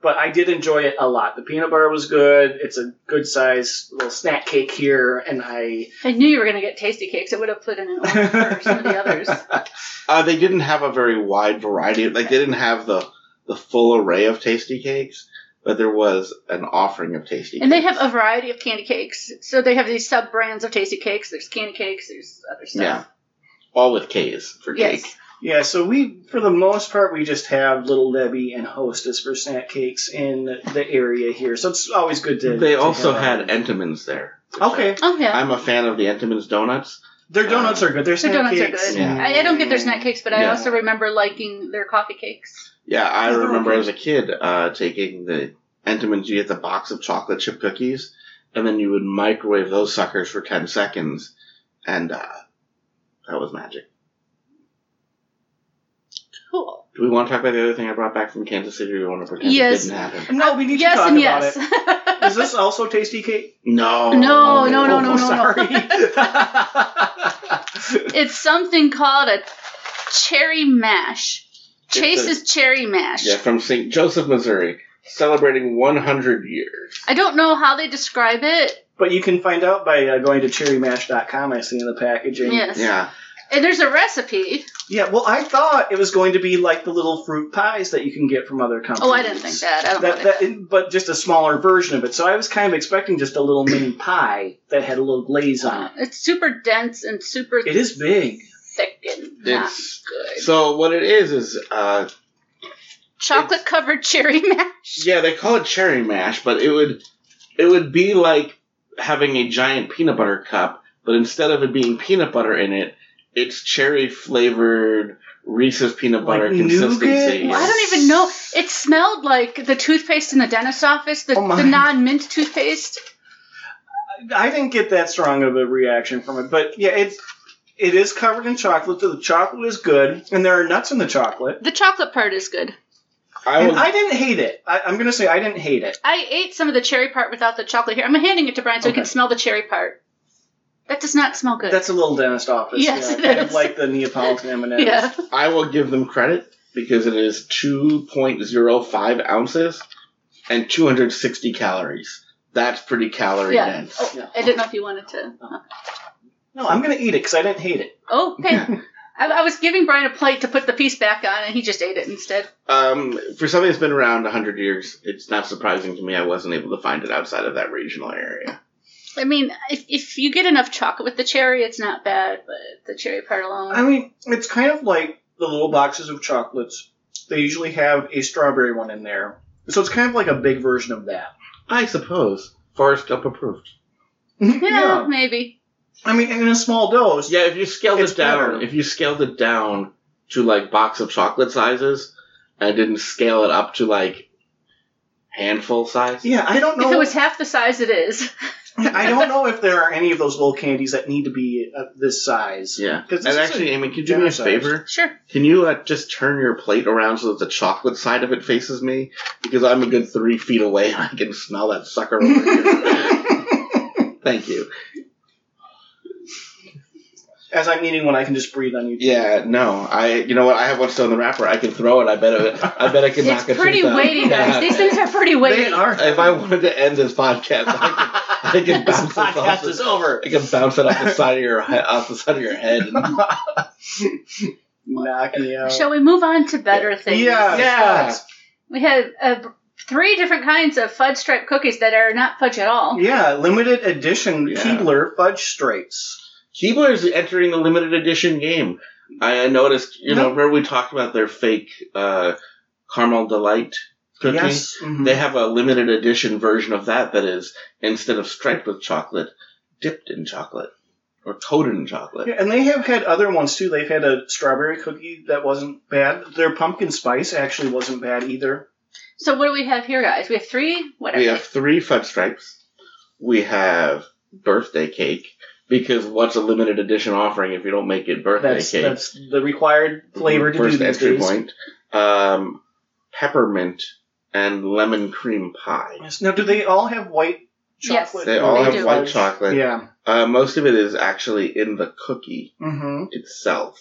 Speaker 3: But I did enjoy it a lot. The peanut butter was good. It's a good size little snack cake here. And I.
Speaker 1: I knew you were going to get tasty cakes. I would have put in an order for some of the others.
Speaker 2: Uh, they didn't have a very wide variety. Like they didn't have the the full array of tasty cakes, but there was an offering of tasty.
Speaker 1: And they
Speaker 2: cakes.
Speaker 1: have a variety of candy cakes. So they have these sub brands of tasty cakes. There's candy cakes. There's other
Speaker 2: yeah,
Speaker 1: stuff.
Speaker 2: all with K's for
Speaker 1: Yes.
Speaker 2: cake.
Speaker 3: Yeah, so we, for the most part, we just have Little Debbie and Hostess for snack cakes in the area here. So it's always good to.
Speaker 2: They
Speaker 3: to
Speaker 2: also
Speaker 3: have um,
Speaker 2: had Entenmann's there. which
Speaker 3: Okay.
Speaker 1: Oh
Speaker 2: I,
Speaker 1: yeah.
Speaker 2: am a fan of the Entenmann's donuts.
Speaker 3: Their donuts are good.
Speaker 1: Their
Speaker 3: Their snack
Speaker 1: donuts are
Speaker 3: cakes.
Speaker 1: good.
Speaker 2: Yeah.
Speaker 1: I, I don't get their snack cakes, but I
Speaker 2: Yeah.
Speaker 1: also remember liking their coffee cakes.
Speaker 2: Yeah, I
Speaker 3: Yeah, they're
Speaker 2: remember
Speaker 3: okay.
Speaker 2: as a kid uh, taking the Entenmann's. You get the box of chocolate chip cookies, and then you would microwave those suckers for ten seconds, and uh, that was magic.
Speaker 1: Cool.
Speaker 2: Do we want to talk about the other thing I brought back from Kansas City? Or do we want to pretend
Speaker 1: Yes.
Speaker 2: it didn't happen?
Speaker 3: No, we
Speaker 1: Uh,
Speaker 3: need
Speaker 1: yes
Speaker 3: to talk
Speaker 1: and
Speaker 3: about
Speaker 1: yes.
Speaker 3: it. Is this also tasty cake?
Speaker 2: No.
Speaker 1: No, no, no,
Speaker 3: Oh,
Speaker 1: no, no.
Speaker 3: Sorry.
Speaker 1: it's something called a cherry mash.
Speaker 2: It's
Speaker 1: Chase's cherry mash.
Speaker 2: Yeah, from St. Joseph, Missouri, celebrating 100 years.
Speaker 1: I don't know how they describe it.
Speaker 3: but you can find out by uh, going to cherrymash.com. I see in the packaging.
Speaker 1: Yes.
Speaker 2: Yeah.
Speaker 1: And there's a recipe.
Speaker 3: Yeah, Well, I thought it was going to be like the little fruit pies that you can get from other companies.
Speaker 1: Oh, I didn't think that. I don't know.
Speaker 3: That,
Speaker 1: what it-
Speaker 3: that, but just a smaller version of it. So I was kind of expecting just a little mini pie that had a little glaze on it.
Speaker 1: Uh, It's super dense and super
Speaker 3: uh, It is big.
Speaker 1: thick and not
Speaker 2: It's
Speaker 1: good.
Speaker 2: so what it is is uh
Speaker 1: Chocolate covered cherry mash.
Speaker 2: yeah, they call it cherry mash, but it would it would be like having a giant peanut butter cup, but instead of it being peanut butter in it, it's cherry flavored Reese's peanut
Speaker 3: Like
Speaker 2: butter
Speaker 3: nougat?
Speaker 2: consistency.
Speaker 1: Well, I don't even know. It smelled like the toothpaste in the dentist's office, the,
Speaker 3: Oh my.
Speaker 1: the non mint toothpaste.
Speaker 3: I didn't get that strong of a reaction from it, but yeah, it's it is covered in chocolate. So the chocolate is good, and there are nuts in the chocolate.
Speaker 1: The chocolate part is good.
Speaker 2: I
Speaker 3: And
Speaker 2: will,
Speaker 3: I didn't hate it. I, I'm gonna say I didn't hate it.
Speaker 1: I ate some of the cherry part without the chocolate here. I'm handing it to Brian so he can
Speaker 3: Okay.
Speaker 1: smell the cherry part. That does not smell good.
Speaker 3: That's a little dentist office.
Speaker 1: Yes,
Speaker 3: yeah,
Speaker 1: it
Speaker 3: kind
Speaker 1: is.
Speaker 3: of like the Neapolitan M&Ms.
Speaker 1: yeah.
Speaker 2: I will give them credit because it is 2.05 ounces and 260 calories. That's pretty calorie
Speaker 1: Yeah.
Speaker 2: dense.
Speaker 1: Oh, I didn't know if you wanted to.
Speaker 3: No, I'm gonna eat it because I didn't hate it.
Speaker 1: Oh, okay. I, I was giving Brian a plate to put the piece back on, and he just ate it instead.
Speaker 2: Um, for something that's been around 100 years, it's not surprising to me I wasn't able to find it outside of that regional area.
Speaker 1: I mean, if, if you get enough chocolate with the cherry, it's not bad, but the cherry part alone.
Speaker 3: I mean, it's kind of like the little boxes of chocolates. They usually have a strawberry one in there, so it's kind of like a big version of that.
Speaker 2: I suppose. Forrest Gump approved.
Speaker 1: yeah, maybe.
Speaker 3: I mean, in a small dose.
Speaker 2: Yeah, if you scaled
Speaker 3: It's
Speaker 2: it down,
Speaker 3: better.
Speaker 2: if you scaled it down to like box of chocolate sizes and didn't scale it up to like handful size.
Speaker 3: Yeah, I don't know.
Speaker 1: If it was half the size it is.
Speaker 3: I don't know if there are any of those little candies that need to be uh, this size.
Speaker 2: Yeah.
Speaker 3: 'Cause this
Speaker 2: And
Speaker 3: is a
Speaker 2: actually, Amy, could you do me a
Speaker 3: generous
Speaker 2: favor?
Speaker 1: Sure.
Speaker 2: Can you uh, just turn your plate around so that the chocolate side of it faces me? Because I'm a good three feet away and I can smell that sucker over here. Thank you.
Speaker 3: As I'm eating one, I can just breathe on you.
Speaker 2: Yeah, no, I. You know what? I have one still in the wrapper. I can throw it. I bet it. I bet I can
Speaker 1: It's
Speaker 2: knock it.
Speaker 1: pretty weighty, guys. These things are pretty weighty.
Speaker 3: They are.
Speaker 2: If I wanted to end this podcast, I could, I could
Speaker 3: this
Speaker 2: bounce this off.
Speaker 3: podcast
Speaker 2: the-
Speaker 3: is over.
Speaker 2: I can bounce it off the side of your he- off the side of your head.
Speaker 3: Knock me out.
Speaker 1: Shall we move on to better things?
Speaker 3: Yeah.
Speaker 2: Yeah.
Speaker 1: We had uh, three different kinds of fudge stripe cookies that are not fudge at all.
Speaker 3: Yeah, limited edition
Speaker 2: Yeah.
Speaker 3: Keebler fudge straights.
Speaker 2: Keebler is entering the limited edition game. I noticed. You know,
Speaker 3: No.
Speaker 2: remember we talked about their fake uh, caramel delight cookie.
Speaker 3: Yes. mhm.
Speaker 2: They have a limited edition version of that that is instead of striped with chocolate, dipped in chocolate or coated in chocolate.
Speaker 3: Yeah, and they have had other ones too. They've had a strawberry cookie that wasn't bad. Their pumpkin spice actually wasn't bad either.
Speaker 1: So what do we have here, guys? We have three. What are
Speaker 2: We
Speaker 1: they?
Speaker 2: have three fudge stripes. We have birthday cake because what's a limited edition offering if you don't make it birthday
Speaker 3: That's
Speaker 2: cake?
Speaker 3: that's the required flavor to
Speaker 2: First
Speaker 3: do these
Speaker 2: entry
Speaker 3: days.
Speaker 2: point. Um, peppermint and lemon cream pie.
Speaker 3: Yes. Now, do they all have white
Speaker 1: Yes.
Speaker 3: chocolate?
Speaker 2: They all
Speaker 1: They
Speaker 2: have
Speaker 1: do.
Speaker 2: white chocolate.
Speaker 3: Yeah.
Speaker 2: Uh, most of it is actually in the cookie
Speaker 3: Mm-hmm.
Speaker 2: itself.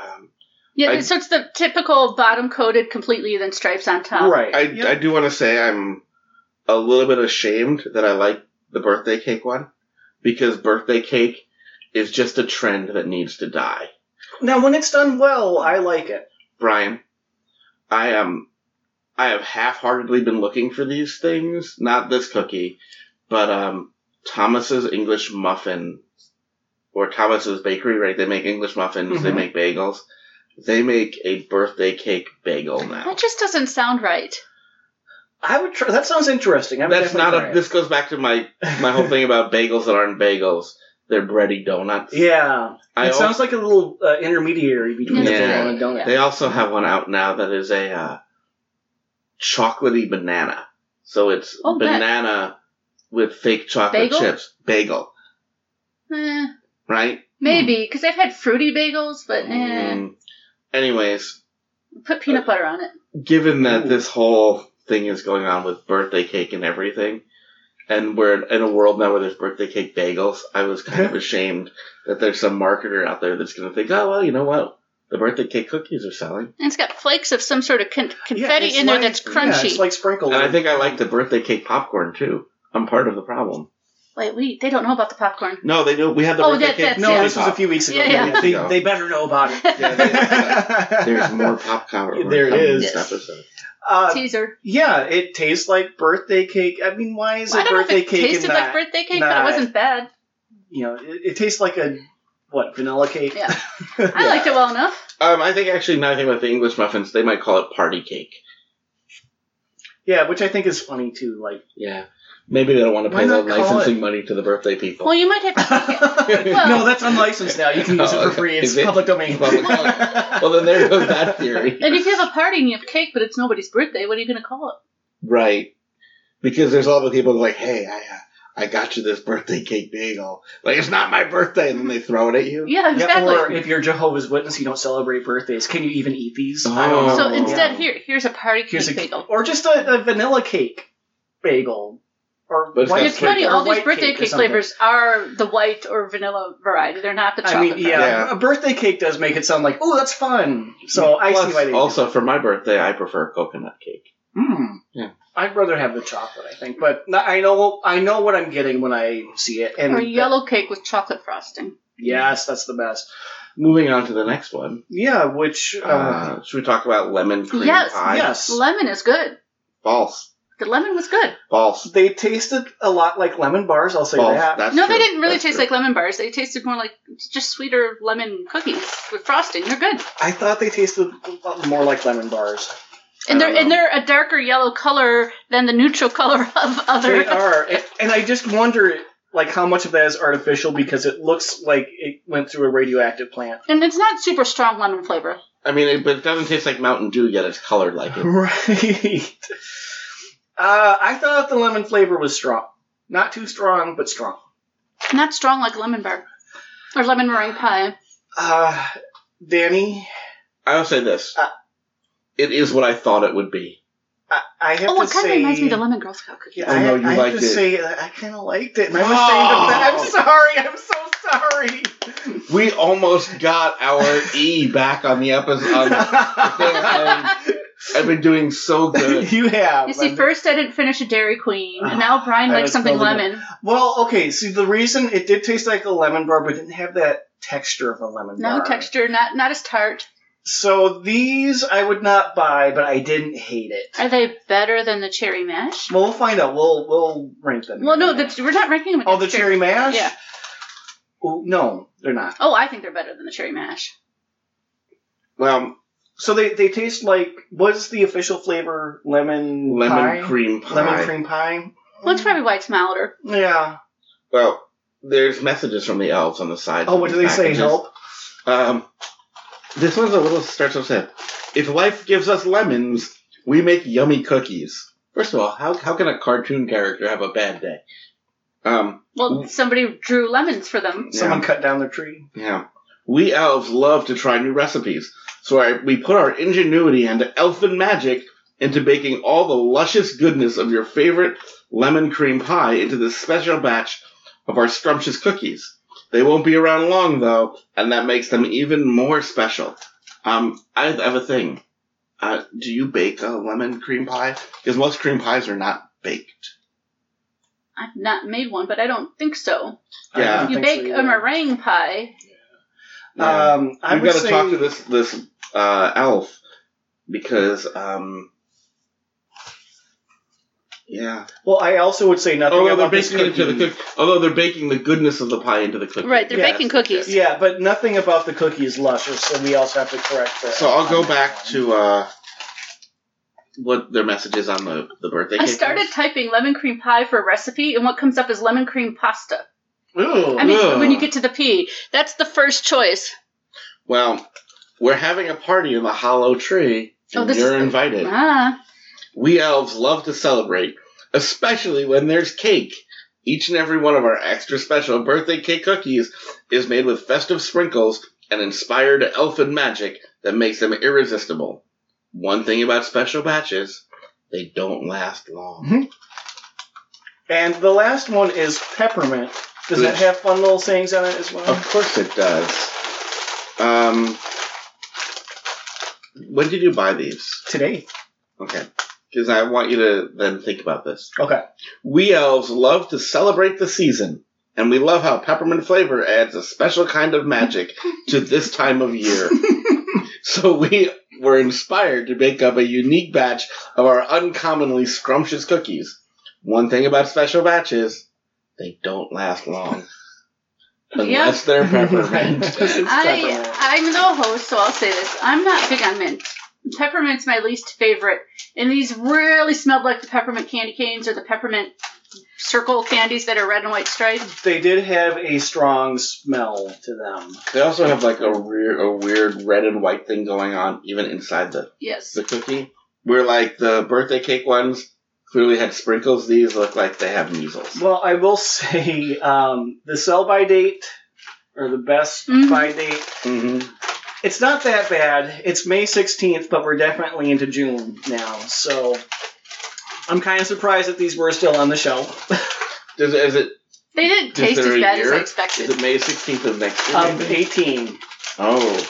Speaker 2: Um,
Speaker 1: Yeah,
Speaker 2: I-
Speaker 1: so it's the typical bottom coated completely, then stripes on top.
Speaker 3: right.
Speaker 2: I,
Speaker 3: Yeah.
Speaker 2: I do want to say I'm a little bit ashamed that I like the birthday cake one because birthday cake is just a trend that needs to die.
Speaker 3: now, when it's done well, I like it.
Speaker 2: Brian, I am I have half-heartedly been looking for these things, not this cookie, but um Thomas's English muffin or Thomas's bakery, right? They make English muffins, they
Speaker 3: Mhm.
Speaker 2: make bagels. They make a birthday cake bagel now.
Speaker 1: That just doesn't sound right.
Speaker 3: I would try. That sounds interesting. I would
Speaker 2: That's not
Speaker 3: definitely
Speaker 2: a this goes back to my
Speaker 3: try it.
Speaker 2: my whole thing about bagels that aren't bagels. They're bready donuts.
Speaker 3: yeah.
Speaker 2: I
Speaker 3: it
Speaker 2: al-
Speaker 3: sounds like a little uh, intermediary between
Speaker 2: Yeah.
Speaker 3: a bagel and a donut.
Speaker 2: they also have one out now that is a uh, chocolatey banana. So it's
Speaker 1: Oh, bet.
Speaker 2: banana with fake chocolate
Speaker 1: Bagel?
Speaker 2: chips. Bagel,
Speaker 1: Eh,
Speaker 2: right?
Speaker 1: maybe
Speaker 3: Hmm.
Speaker 1: because I've had fruity bagels, but eh,
Speaker 2: Mm. Anyways,
Speaker 1: put peanut butter on it.
Speaker 2: given that
Speaker 3: Ooh.
Speaker 2: this whole thing is going on with birthday cake and everything, and we're in a world now where there's birthday cake bagels, I was kind of ashamed that there's some marketer out there that's going to think, oh, well, you know what? The birthday cake cookies are selling.
Speaker 1: And it's got flakes of some sort of con-
Speaker 3: Yeah,
Speaker 1: confetti
Speaker 3: it's
Speaker 1: in there
Speaker 3: like-
Speaker 1: that's
Speaker 3: Yeah,
Speaker 1: crunchy.
Speaker 3: it's like sprinkled.
Speaker 2: And I
Speaker 3: in.
Speaker 2: think I like the birthday cake popcorn too. I'm part of the problem.
Speaker 1: Wait, wait, they don't know about the popcorn.
Speaker 2: No, they do. We had the
Speaker 1: Oh,
Speaker 2: birthday
Speaker 1: that-
Speaker 2: cake.
Speaker 1: that's
Speaker 3: No,
Speaker 1: Yeah.
Speaker 3: this was a few weeks ago.
Speaker 1: Yeah, yeah.
Speaker 2: Weeks ago.
Speaker 3: They, they better know about it.
Speaker 2: Yeah, they- There's more pop cover.
Speaker 3: There is.
Speaker 2: This
Speaker 1: Yes.
Speaker 2: episode.
Speaker 3: Uh,
Speaker 1: Teaser.
Speaker 3: yeah, it tastes like birthday cake. I mean, why is
Speaker 1: Well, I
Speaker 3: it
Speaker 1: don't know if
Speaker 3: birthday
Speaker 1: it
Speaker 3: cake
Speaker 1: tasted
Speaker 3: and
Speaker 1: like
Speaker 3: not?
Speaker 1: birthday cake, but it
Speaker 3: not-
Speaker 1: wasn't bad.
Speaker 3: you know, it, it tastes like a what vanilla cake.
Speaker 1: Yeah. I liked it well enough.
Speaker 2: Um, I think actually now I think about the English muffins, they might call it party cake.
Speaker 3: Yeah, which I think is funny too. Like,
Speaker 2: Yeah. Maybe they don't want to
Speaker 3: Why
Speaker 2: pay the
Speaker 3: not call
Speaker 2: licensing money to the birthday people.
Speaker 1: Well, you might have to Well-
Speaker 3: no, that's unlicensed now. You can use it for free. It's
Speaker 2: Oh, Is it-
Speaker 3: public domain.
Speaker 2: Public- Well, then there goes that theory.
Speaker 1: And if you have a party and you have cake, but it's nobody's birthday, what are you going to call it?
Speaker 2: Right. Because there's all the people who are like, hey, I, uh, I got you this birthday cake bagel. Like, it's not my birthday. And then they throw it at you.
Speaker 1: Yeah,
Speaker 3: Yeah,
Speaker 1: exactly.
Speaker 3: or if you're Jehovah's Witness, you don't celebrate birthdays. Can you even eat these?
Speaker 2: Oh.
Speaker 1: so
Speaker 2: Yeah.
Speaker 1: instead, here, here's a party
Speaker 3: Here's
Speaker 1: cake
Speaker 3: a-
Speaker 1: bagel.
Speaker 3: or just a, a vanilla cake bagel, or
Speaker 2: But it's
Speaker 3: white
Speaker 2: got
Speaker 1: It's funny,
Speaker 3: cake, or
Speaker 1: all these
Speaker 3: white
Speaker 1: birthday
Speaker 3: or
Speaker 1: cake,
Speaker 3: something.
Speaker 1: flavors are the white or vanilla variety. They're not the chocolate.
Speaker 3: I mean, yeah,
Speaker 2: Yeah. Mm.
Speaker 3: a birthday cake does make it sound like, oh, that's fun. So I see
Speaker 2: Plus,
Speaker 3: why they do
Speaker 2: also, for my birthday, I prefer coconut cake.
Speaker 3: that. Mm.
Speaker 2: Yeah.
Speaker 3: I'd rather have the chocolate, I think, but no- I know I know what I'm getting when I see it. And
Speaker 1: Or yellow cake with chocolate frosting.
Speaker 3: yes, that's the best.
Speaker 2: Moving on to the next one.
Speaker 3: Yeah, which
Speaker 2: Uh,
Speaker 3: uh,
Speaker 2: should we talk about lemon cream
Speaker 1: Yes,
Speaker 2: pie?
Speaker 3: yes,
Speaker 1: Lemon is good.
Speaker 2: False.
Speaker 1: The lemon was good.
Speaker 2: False.
Speaker 3: they tasted a lot like lemon bars. I'll say
Speaker 2: False.
Speaker 3: that.
Speaker 2: That's
Speaker 1: no,
Speaker 2: true.
Speaker 1: they didn't really
Speaker 2: That's
Speaker 1: taste
Speaker 2: true.
Speaker 1: like lemon bars. They tasted more like just sweeter lemon cookies with frosting. They're good,
Speaker 3: I thought they tasted more like lemon bars.
Speaker 1: and
Speaker 2: I
Speaker 1: they're
Speaker 2: don't
Speaker 1: and
Speaker 2: know.
Speaker 1: they're a darker yellow color than the neutral color of
Speaker 3: They
Speaker 1: other.
Speaker 3: are, and- and I just wonder like how much of that is artificial because it looks like it went through a radioactive plant.
Speaker 1: And it's not super strong lemon flavor.
Speaker 2: I mean, it, but it doesn't taste like Mountain Dew yet. It's colored like it.
Speaker 3: Right. Uh, I thought the lemon flavor was strong. Not too strong, but strong.
Speaker 1: Not strong like lemon bar or lemon meringue pie.
Speaker 3: Uh, Danny,
Speaker 2: I'll say this.
Speaker 3: Uh,
Speaker 2: it is what I thought it would be.
Speaker 3: I, I have
Speaker 1: Oh,
Speaker 3: to
Speaker 1: it kind of
Speaker 3: say.
Speaker 1: reminds me of the lemon Girl Scout cookies.
Speaker 3: yeah,
Speaker 2: Oh,
Speaker 3: I,
Speaker 2: no,
Speaker 3: have-
Speaker 2: you
Speaker 3: I
Speaker 2: liked
Speaker 3: have to
Speaker 2: it.
Speaker 3: say that I kind of liked it, and I'm ashamed of that. I'm sorry. I'm so
Speaker 2: We almost got our E back on the episode. on-
Speaker 3: sorry.
Speaker 2: I've been doing so good.
Speaker 3: you have.
Speaker 1: You see,
Speaker 3: I'm-
Speaker 1: first I didn't finish a Dairy Queen, and
Speaker 3: Ah,
Speaker 1: now Brian
Speaker 3: Um, I
Speaker 1: likes
Speaker 3: was
Speaker 1: something
Speaker 3: building
Speaker 1: lemon.
Speaker 3: Well, okay. See, the reason it did taste like a lemon bar, but didn't have that texture of a lemon bar.
Speaker 1: No texture, not not as tart.
Speaker 3: So these I would not buy, but I didn't hate it.
Speaker 1: Are they better than the cherry mash?
Speaker 3: Well, we'll find out. We'll we'll rank them.
Speaker 1: Well, no, the, we're not ranking them.
Speaker 3: oh, the
Speaker 1: against
Speaker 3: cherry mash.
Speaker 1: Yeah.
Speaker 3: Oh, no, they're not.
Speaker 1: Oh, I think they're better than the cherry mash.
Speaker 2: Well,
Speaker 3: So they they taste like what's the official flavor? Lemon
Speaker 2: lemon
Speaker 3: pie?
Speaker 2: cream pie.
Speaker 3: Lemon cream pie.
Speaker 1: Well, that's probably why it's milder.
Speaker 3: Yeah.
Speaker 2: Well, there's messages from the elves on the side.
Speaker 3: Oh, what do they say? Help.
Speaker 2: Um, this one's a little starts off saying, "If life gives us lemons, we make yummy cookies." First of all, how how can a cartoon character have a bad day? Um,
Speaker 1: Well,
Speaker 2: Mm.
Speaker 1: somebody drew lemons for them.
Speaker 3: Someone cut down their tree.
Speaker 2: yeah, we elves love to try new recipes, so I, we put our ingenuity and elfin magic into baking all the luscious goodness of your favorite lemon cream pie into this special batch of our scrumptious cookies. They won't be around long though, and that makes them even more special. Um, I have a thing. Uh, do you bake a lemon cream pie? Because most cream pies are not baked.
Speaker 1: I've not made one, but I don't think so.
Speaker 3: I
Speaker 2: Yeah.
Speaker 3: don't
Speaker 1: You
Speaker 3: think so
Speaker 1: bake
Speaker 3: either.
Speaker 1: a meringue pie.
Speaker 3: Um, I
Speaker 2: We've
Speaker 3: would
Speaker 2: got to
Speaker 3: say-
Speaker 2: talk to this this uh, elf because um, yeah.
Speaker 3: Well, I also would say nothing
Speaker 2: Although Oh, they're
Speaker 3: about this
Speaker 2: baking it into the
Speaker 3: cookie.
Speaker 2: cook. Although they're baking the goodness of the pie into the cookie.
Speaker 1: Right, they're
Speaker 3: Yeah,
Speaker 1: baking cookies.
Speaker 3: Yeah, but nothing about the cookie is luscious, so we also have to correct that.
Speaker 2: So I'll go
Speaker 3: on that
Speaker 2: back
Speaker 3: one.
Speaker 2: to uh, what their message is on the the birthday.
Speaker 1: I
Speaker 2: cake
Speaker 1: started
Speaker 2: was.
Speaker 1: typing lemon cream pie for a recipe, and what comes up is lemon cream pasta.
Speaker 3: Ooh.
Speaker 1: I mean,
Speaker 2: Ugh.
Speaker 1: when you get to the P, that's the first choice.
Speaker 2: Well, we're having a party in the hollow tree,
Speaker 1: Oh,
Speaker 2: and
Speaker 1: this
Speaker 2: you're
Speaker 1: is-
Speaker 2: invited.
Speaker 1: Ah,
Speaker 2: We elves love to celebrate, especially when there's cake. Each and every one of our extra special birthday cake cookies is made with festive sprinkles and inspired elfin magic that makes them irresistible. One thing about special batches, they don't last long.
Speaker 3: and the last one is peppermint. Does that have fun little sayings on it as well?
Speaker 2: Of course it does. Um, when did you buy these?
Speaker 3: Today.
Speaker 2: Okay. Because I want you to then think about this.
Speaker 3: Okay.
Speaker 2: We elves love to celebrate the season, and we love how peppermint flavor adds a special kind of magic to this time of year. so we were inspired to bake up a unique batch of our uncommonly scrumptious cookies. One thing about special batches, they don't last long. Unless they're peppermint.
Speaker 3: It's
Speaker 1: I,
Speaker 3: peppermint.
Speaker 1: I'm no host, so I'll say this. I'm not big on mint. Peppermint's my least favorite, and these really smelled like the peppermint candy canes or the peppermint circle candies that are red and white striped.
Speaker 3: They did have a strong smell to them.
Speaker 2: they also have like a weird, a weird red and white thing going on even inside the
Speaker 1: Yes.
Speaker 2: the cookie. Where like the birthday cake ones clearly had sprinkles. These look like they have measles.
Speaker 3: Well, I will say um, the sell by date or the best
Speaker 1: Mhm.
Speaker 3: by date.
Speaker 2: Mm-hmm.
Speaker 3: It's not that bad. It's May 16th, but we're definitely into June now. So I'm kind of surprised that these were still on the shelf.
Speaker 2: Does is it
Speaker 1: They didn't
Speaker 2: Is
Speaker 1: taste
Speaker 2: there
Speaker 1: as
Speaker 2: a
Speaker 1: bad as
Speaker 2: year?
Speaker 1: I
Speaker 2: is
Speaker 1: expected.
Speaker 2: it May sixteenth of next year?
Speaker 3: Um,
Speaker 2: maybe?
Speaker 3: 18.
Speaker 2: Oh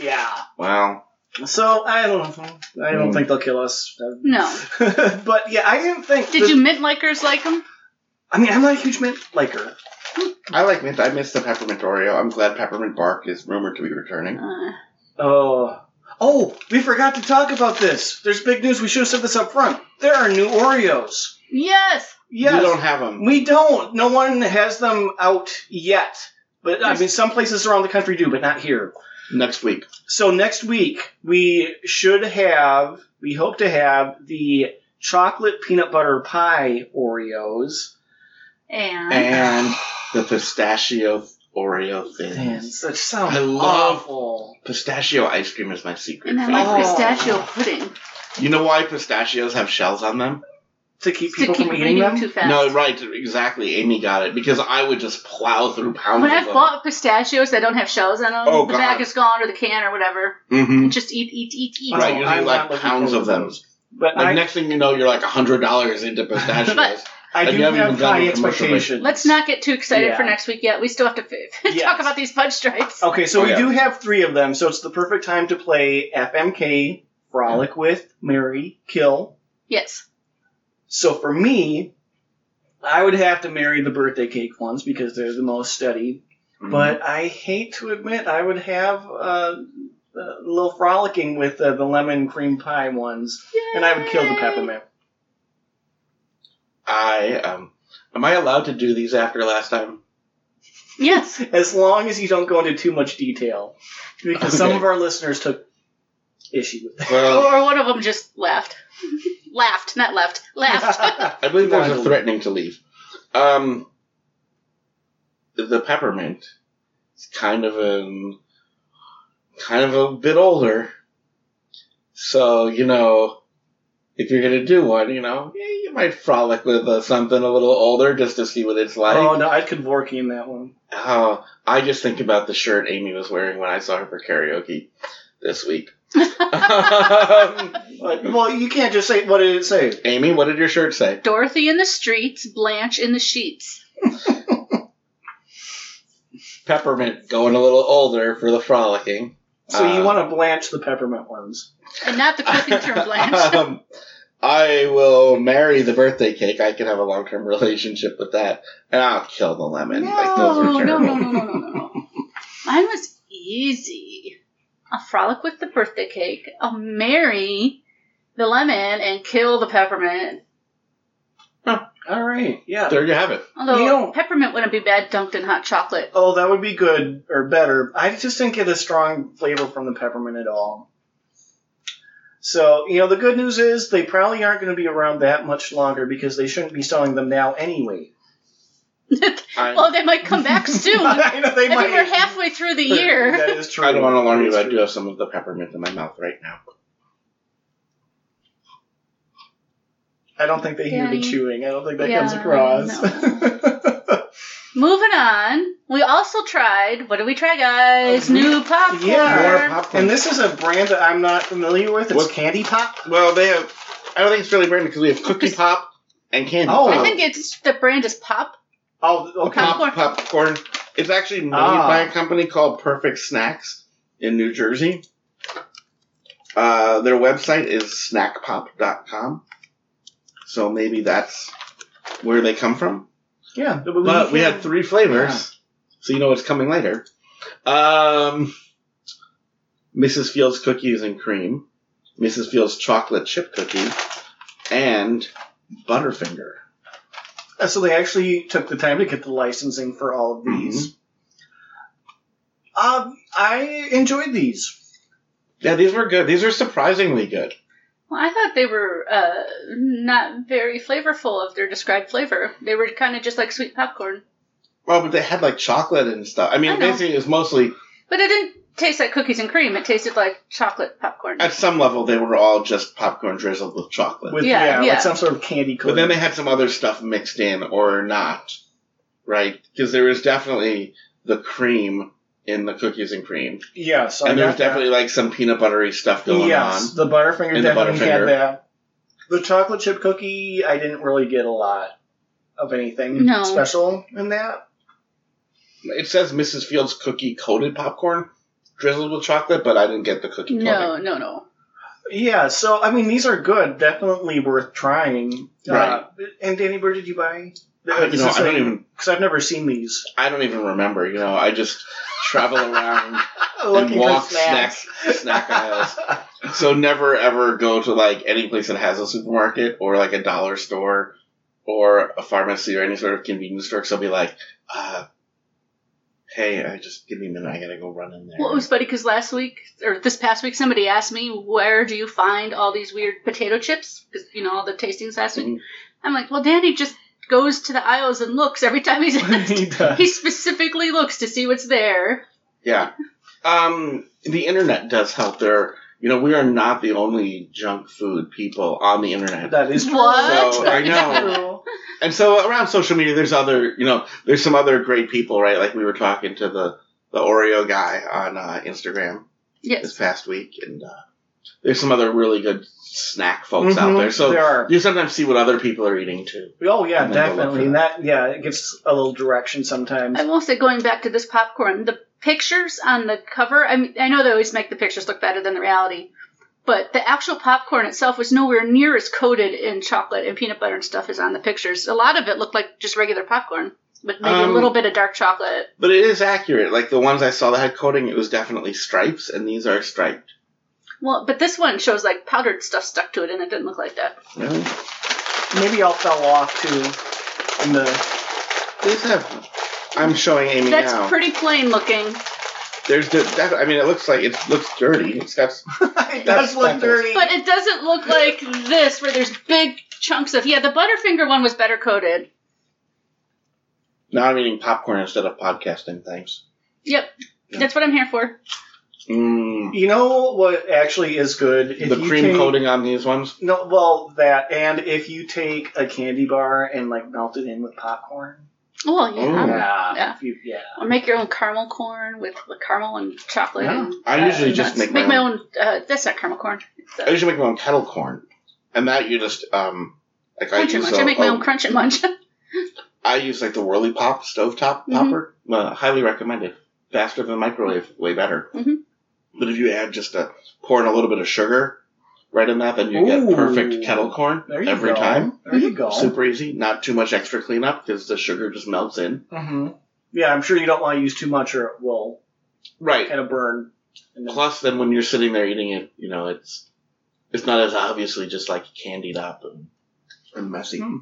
Speaker 3: Yeah.
Speaker 2: wow!
Speaker 3: So I don't know. I don't
Speaker 2: Hmm.
Speaker 3: think they'll kill us.
Speaker 1: No.
Speaker 3: but yeah, I didn't think.
Speaker 1: Did
Speaker 3: that-
Speaker 1: you mint likers like them?
Speaker 3: I mean, I'm not a huge mint liker.
Speaker 2: I like mint. I miss the peppermint Oreo. I'm glad peppermint bark is rumored to be returning.
Speaker 1: Uh,
Speaker 3: Oh. Oh, we forgot to talk about this. There's big news. We should have said this up front. There are new Oreos.
Speaker 1: yes.
Speaker 3: Yes.
Speaker 2: We don't have them.
Speaker 3: We don't. No one has them out yet. But I mean, some places around the country do, but not here.
Speaker 2: Next week,
Speaker 3: So next week we should have, we hope to have the chocolate peanut butter pie Oreos.
Speaker 1: And,
Speaker 2: and,
Speaker 3: and
Speaker 2: The pistachio Oreo
Speaker 3: man,
Speaker 2: things.
Speaker 3: that sounds
Speaker 2: I love-
Speaker 3: awful.
Speaker 2: Pistachio ice cream is my secret
Speaker 1: And I
Speaker 2: favorite.
Speaker 1: like
Speaker 3: Oh.
Speaker 1: pistachio pudding
Speaker 2: You know why pistachios have shells on them?
Speaker 3: To keep
Speaker 1: to
Speaker 3: people
Speaker 1: keep
Speaker 3: from eating
Speaker 1: eating
Speaker 3: them.
Speaker 1: too fast.
Speaker 2: No, right, exactly. Amy got it because I would just plow through pounds.
Speaker 1: When
Speaker 2: of
Speaker 1: I've
Speaker 2: them.
Speaker 1: bought pistachios that don't have shells in them,
Speaker 2: Oh,
Speaker 1: the
Speaker 2: God.
Speaker 1: bag is gone or the can or whatever.
Speaker 2: Mhm.
Speaker 1: Just eat, eat, eat, eat.
Speaker 2: Right, you
Speaker 3: I'm not
Speaker 2: need like
Speaker 3: looking
Speaker 2: pounds
Speaker 3: forward
Speaker 2: of
Speaker 3: to
Speaker 2: them.
Speaker 3: those. But
Speaker 2: Like
Speaker 3: I,
Speaker 2: next thing you know, you're like hundred dollars into pistachios.
Speaker 1: But-
Speaker 3: I
Speaker 2: and
Speaker 3: do
Speaker 2: you haven't
Speaker 3: have
Speaker 2: even gotten
Speaker 3: high
Speaker 2: a commercial break.
Speaker 3: expectations.
Speaker 1: Let's not get too excited for
Speaker 3: Yeah.
Speaker 1: next week yet. We still have to f-
Speaker 3: Yes.
Speaker 1: talk about these punch stripes.
Speaker 3: Okay, so
Speaker 2: Oh,
Speaker 3: we
Speaker 2: yeah.
Speaker 3: do have three of them, so it's the perfect time to play FMK, Frolic with, Marry, Kill.
Speaker 1: Yes.
Speaker 3: So for me, I would have to marry the birthday cake ones because they're the most studied.
Speaker 2: Mm-hmm.
Speaker 3: But I hate to admit, I would have uh, a little frolicking with uh, the lemon cream pie ones, and I would kill the
Speaker 1: Yay.
Speaker 3: peppermint.
Speaker 2: I um, am I allowed to do these after last time?
Speaker 1: Yes.
Speaker 3: As long as you don't go into too much detail, because some
Speaker 2: Okay.
Speaker 3: of our listeners took issue with that.
Speaker 1: Or,
Speaker 2: Well,
Speaker 1: or one of them just laughed. laughed, not left. Laughed.
Speaker 2: I believe there's
Speaker 3: Why?
Speaker 2: a threatening to leave. Um, the peppermint is kind of an kind of a bit older, so you know if you're gonna do one, you know yeah, you might frolic with uh, something a little older just to see what it's like.
Speaker 3: oh no, I'd Kevorkian that one.
Speaker 2: Oh, I just think about the shirt Amy was wearing when I saw her for karaoke this week. Um,
Speaker 3: But, well, you can't just say what did it say.
Speaker 2: Amy, what did your shirt say?
Speaker 1: Dorothy in the streets, Blanche in the sheets.
Speaker 2: Peppermint going a little older for the frolicking.
Speaker 3: So you
Speaker 2: Uh,
Speaker 3: want to blanch the peppermint ones?
Speaker 1: And not the cooking term, Blanche.
Speaker 2: Um, I will marry the birthday cake. I can have a long term relationship with that. And I'll kill the lemon. like, those are
Speaker 1: no, no,
Speaker 2: terrible.
Speaker 1: no, no, no, no, no. Mine was easy. I'll frolic with the birthday cake. I'll marry the lemon and kill the peppermint.
Speaker 3: All right, yeah.
Speaker 2: There you have it.
Speaker 1: Although
Speaker 3: You don't-
Speaker 1: peppermint wouldn't be bad dunked in hot chocolate.
Speaker 3: Oh, that would be good or better. I just didn't get a strong flavor from the peppermint at all. So, you know, the good news is they probably aren't going to be around that much longer because they shouldn't be selling them now anyway.
Speaker 2: I,
Speaker 1: Well, they might come back soon. I
Speaker 3: I know they
Speaker 1: mean,
Speaker 3: might-
Speaker 1: we're halfway through the year.
Speaker 3: That is true.
Speaker 2: I don't want to alarm you,
Speaker 3: That
Speaker 2: but
Speaker 3: is
Speaker 2: I do
Speaker 3: true.
Speaker 2: have some of the peppermint in my mouth right now.
Speaker 3: I don't think they hear me
Speaker 1: Yeah.
Speaker 3: chewing. I don't think that
Speaker 1: Yeah,
Speaker 3: comes across.
Speaker 1: Moving on, we also tried. What did we try, guys?
Speaker 3: Uh,
Speaker 1: New popcorn.
Speaker 3: Yeah.
Speaker 2: More popcorn.
Speaker 3: and this is a brand that I'm not familiar with. It's
Speaker 2: What-
Speaker 3: Candy Pop.
Speaker 2: Well, they have. I don't think it's really branded because we have cookie pop and candy.
Speaker 3: Oh.
Speaker 1: I think it's the brand is Pop.
Speaker 3: Oh, okay.
Speaker 1: Pop-
Speaker 2: pop, popcorn. It's actually made
Speaker 3: Ah.
Speaker 2: by a company called Perfect Snacks in New Jersey. Uh, their website is snackpop.com. So maybe that's where they come from.
Speaker 3: Yeah.
Speaker 2: But we had three flavors, so you know what's coming later. Um, Mrs. Fields cookies and cream, Mrs. Fields chocolate chip cookie, and Butterfinger.
Speaker 3: Uh, So they actually took the time to get the licensing for all of
Speaker 2: Mm-hmm.
Speaker 3: these. Um, I enjoyed these.
Speaker 2: Yeah, these were good. These are surprisingly good.
Speaker 1: Well, I thought they were uh, not very flavorful of their described flavor. They were kind of just like sweet popcorn,
Speaker 2: Well, but they had like chocolate and stuff. I mean,
Speaker 1: I know.
Speaker 2: basically, it was mostly
Speaker 1: but it didn't taste like cookies and cream. It tasted like chocolate popcorn.
Speaker 2: at some level they were all just popcorn drizzled with chocolate.
Speaker 3: With
Speaker 1: Yeah,
Speaker 3: yeah,
Speaker 1: yeah.
Speaker 3: With some sort of candy
Speaker 2: but
Speaker 3: coating.
Speaker 2: then they had some other stuff mixed in or not, right? Because there was definitely the cream in the cookies and cream,
Speaker 3: Oh, yeah, so I
Speaker 2: and there was
Speaker 3: got that.
Speaker 2: definitely like some peanut buttery stuff going
Speaker 3: yes,
Speaker 2: on.
Speaker 3: the Butterfinger
Speaker 2: And the
Speaker 3: definitely
Speaker 2: Butterfinger.
Speaker 3: had that. The chocolate chip cookie, I didn't really get a lot of anything
Speaker 1: No.
Speaker 3: special in that.
Speaker 2: It says Mrs. Fields cookie coated popcorn drizzled with chocolate, but I didn't get the cookie
Speaker 1: no, no, no.
Speaker 3: Yeah, so I mean, these are good. Definitely worth trying.
Speaker 2: Right.
Speaker 3: Uh, and Danny, where did you buy?
Speaker 2: I- you know, I don't even-
Speaker 3: because I've never seen these.
Speaker 2: I don't even remember. You know, I just travel around and
Speaker 3: Looking
Speaker 2: walk
Speaker 3: for snacks.
Speaker 2: snack snack aisles. So never ever go to like any place that has a supermarket or like a dollar store or a pharmacy or any sort of convenience store. So be like, uh, hey, I just give me a minute. I gotta go run in there.
Speaker 1: Well, it was funny because last week or this past week, somebody asked me where do you find all these weird potato chips? Because you know all the tastings last week.
Speaker 2: Mhm.
Speaker 1: I'm like, well, Danny just goes to the aisles and looks every time he's
Speaker 3: he does.
Speaker 1: he specifically looks to see what's there.
Speaker 2: Yeah. Um, the internet does help there. You know, we are not the only junk food people on the internet.
Speaker 3: That is true.
Speaker 1: What?
Speaker 2: So, I know. And so around social media, there's other, you know, there's some other great people, right? Like we were talking to the, the Oreo guy on uh, Instagram this
Speaker 1: Yes.
Speaker 2: past week. And uh, there's some other really good snack folks out
Speaker 3: Mhm,
Speaker 2: there. So
Speaker 3: there are.
Speaker 2: you sometimes see what other people are eating too.
Speaker 3: Oh yeah,
Speaker 2: And then go look
Speaker 3: definitely.
Speaker 2: for
Speaker 3: And that yeah, it gives a little direction sometimes.
Speaker 1: I will say, going back to this popcorn, the pictures on the cover, I mean, I know they always make the pictures look better than the reality, but the actual popcorn itself was nowhere near as coated in chocolate and peanut butter and stuff as on the pictures. A lot of it looked like just regular popcorn, with maybe
Speaker 2: Um,
Speaker 1: a little bit of dark chocolate.
Speaker 2: But it is accurate. Like the ones I saw that had coating, it was definitely stripes, and these are striped.
Speaker 1: Well, but this one shows like powdered stuff stuck to it, and it didn't look like that.
Speaker 2: Really?
Speaker 3: Maybe all fell off too in the
Speaker 2: These have. I'm showing Amy
Speaker 1: That's
Speaker 2: now.
Speaker 1: pretty plain looking.
Speaker 2: There's the, that, I mean, it looks like it looks dirty. It's got
Speaker 3: That's
Speaker 2: speckles.
Speaker 3: one dirty.
Speaker 1: But it doesn't look like this, where there's big chunks of. Yeah, the Butterfinger one was better coated.
Speaker 2: now I'm eating popcorn instead of podcasting things.
Speaker 1: Yep,
Speaker 2: Yeah.
Speaker 1: that's what I'm here for.
Speaker 2: Mm.
Speaker 3: You know what actually is good? If
Speaker 2: The
Speaker 3: you
Speaker 2: cream
Speaker 3: take-
Speaker 2: coating on these ones.
Speaker 3: No, well, that and if you take a candy bar and like melt it in with popcorn.
Speaker 1: Well, yeah.
Speaker 2: Mm.
Speaker 3: Yeah.
Speaker 1: Oh. Yeah.
Speaker 3: if you- yeah.
Speaker 1: Or make your own caramel corn with the caramel and chocolate.
Speaker 3: Yeah.
Speaker 1: And,
Speaker 2: I
Speaker 1: uh,
Speaker 2: usually just
Speaker 1: nuts.
Speaker 2: make my
Speaker 1: my own. uh, that's not caramel corn. It's,
Speaker 2: I
Speaker 1: uh,
Speaker 2: usually make my own kettle corn, and that you just um like I
Speaker 1: crunch and
Speaker 2: use
Speaker 1: munch.
Speaker 2: a-
Speaker 1: I make my
Speaker 2: a-
Speaker 1: own crunch and munch.
Speaker 2: I use like the Whirly Pop stovetop
Speaker 1: Mhm.
Speaker 2: popper. Uh, highly recommended. Faster than microwave, way better.
Speaker 1: Mhm.
Speaker 2: But if you add just a pour in a little bit of sugar right in that, then you get
Speaker 3: Ooh.
Speaker 2: perfect kettle corn
Speaker 3: There you
Speaker 2: every
Speaker 3: go.
Speaker 2: time.
Speaker 3: There you go.
Speaker 2: Super easy. Not too much extra cleanup because the sugar just melts in.
Speaker 3: hmm Yeah, I'm sure you don't want to use too much or it will
Speaker 2: Right.
Speaker 3: kind of burn. And then-
Speaker 2: Plus, then when you're sitting there eating it, you know it's it's not as obviously just like candied up and, and messy.
Speaker 3: Hmm.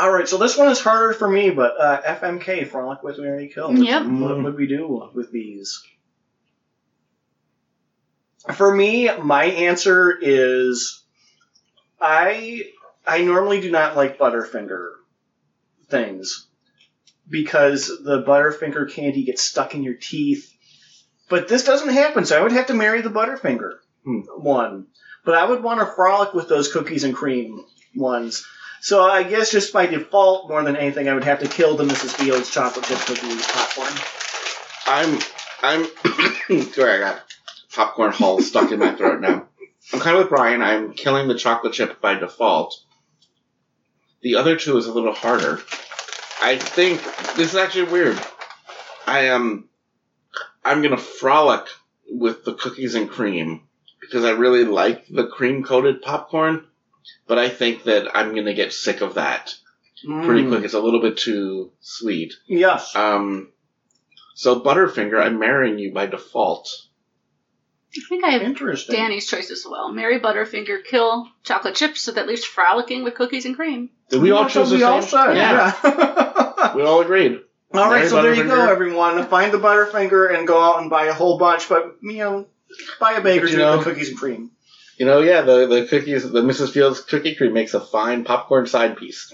Speaker 3: All right, so this one is harder for me, but uh, FMK, Frolic with Mary Kill.
Speaker 1: Yep.
Speaker 3: What would we do with these? For me, my answer is I I normally do not like Butterfinger things because the Butterfinger candy gets stuck in your teeth. But this doesn't happen, so I would have to marry the Butterfinger
Speaker 2: Hmm.
Speaker 3: one. But I would want to frolic with those cookies and cream ones. So I guess just by default, more than anything, I would have to kill the Mrs. Fields chocolate chip cookie popcorn.
Speaker 2: I'm I'm sorry, I got popcorn hull stuck in my throat now. I'm kind of with Brian. I'm killing the chocolate chip by default. The other two is a little harder. I think this is actually weird. I am I'm gonna frolic with the cookies and cream because I really like the cream coated popcorn, but I think that I'm gonna get sick of that pretty
Speaker 3: Mm.
Speaker 2: quick. It's a little bit too sweet.
Speaker 3: Hmm. Yes.
Speaker 2: Um, so Butterfinger, I'm marrying you by default.
Speaker 1: I think I have
Speaker 3: Interesting.
Speaker 1: Danny's choice as well. Mary Butterfinger, kill chocolate chips, so that leaves frolicking with cookies and cream.
Speaker 2: Did we all
Speaker 3: That's what
Speaker 2: choose the
Speaker 3: we all
Speaker 2: same?
Speaker 3: said,
Speaker 2: yeah.
Speaker 3: yeah.
Speaker 2: we all agreed.
Speaker 3: all right,
Speaker 2: Mary
Speaker 3: so there you go,
Speaker 2: Butterfinger.
Speaker 3: everyone. Find the Butterfinger and go out and buy a whole bunch, but, you know, buy a bag or
Speaker 2: But you
Speaker 3: two of
Speaker 2: know-
Speaker 3: the cookies and cream.
Speaker 2: You know, yeah, the, the cookies, the Mrs. Fields cookie cream makes a fine popcorn side piece.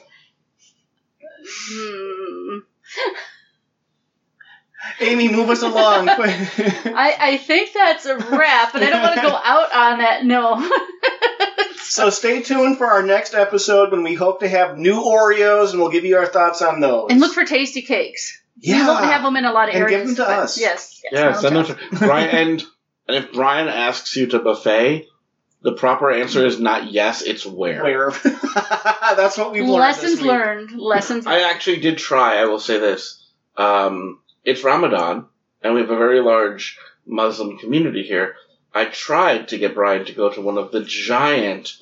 Speaker 1: Hmm.
Speaker 3: Amy, move us along. quick.
Speaker 1: I, I think that's a wrap, but I don't want to go out on that. No.
Speaker 3: so stay tuned for our next episode when we hope to have new Oreos, and we'll give you our thoughts on those.
Speaker 1: and look for tasty cakes.
Speaker 3: yeah.
Speaker 1: We won't have them in a lot of
Speaker 3: And give
Speaker 1: areas.
Speaker 3: them to
Speaker 1: but
Speaker 3: us.
Speaker 1: Yes. yes
Speaker 2: Yeah,
Speaker 1: I'll
Speaker 2: send them
Speaker 1: tell.
Speaker 2: to Brian. And, and if Brian asks you to buffet, the proper answer is not yes, it's where.
Speaker 3: Where? That's what we've learned. this
Speaker 1: Lessons
Speaker 3: week.
Speaker 1: learned. Lessons
Speaker 2: I actually did try, I will say this. Um, it's Ramadan, and we have a very large Muslim community here. I tried to get Brian to go to one of the giant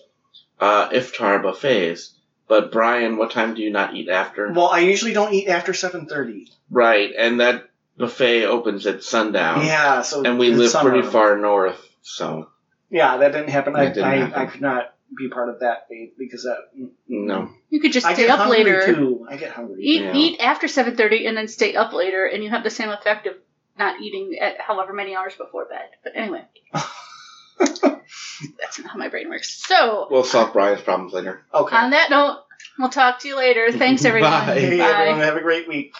Speaker 2: uh, iftar buffets, but Brian, what time do you not eat after?
Speaker 3: Well, I usually don't eat after seven thirty.
Speaker 2: Right, and that buffet opens at sundown,
Speaker 3: Yeah, so
Speaker 2: Oh. and we
Speaker 3: it's
Speaker 2: live
Speaker 3: summer.
Speaker 2: pretty far north, so
Speaker 3: Yeah, that didn't happen. I,
Speaker 2: That didn't
Speaker 3: I,
Speaker 2: happen.
Speaker 3: I could not be part of that faith because that mm,
Speaker 2: no.
Speaker 1: You could just
Speaker 3: I
Speaker 1: stay
Speaker 3: get
Speaker 1: up
Speaker 3: hungry
Speaker 1: later.
Speaker 3: too. I get hungry.
Speaker 1: Eat
Speaker 2: Yeah.
Speaker 1: eat after seven thirty, and then stay up later, and you have the same effect of not eating at however many hours before bed. But anyway, that's not how my brain works. So
Speaker 2: We'll solve Brian's problems later.
Speaker 3: Okay.
Speaker 1: on that note, We'll talk to you later. Thanks, everyone.
Speaker 2: Bye.
Speaker 3: Hey,
Speaker 1: Bye.
Speaker 3: everyone, have a great week.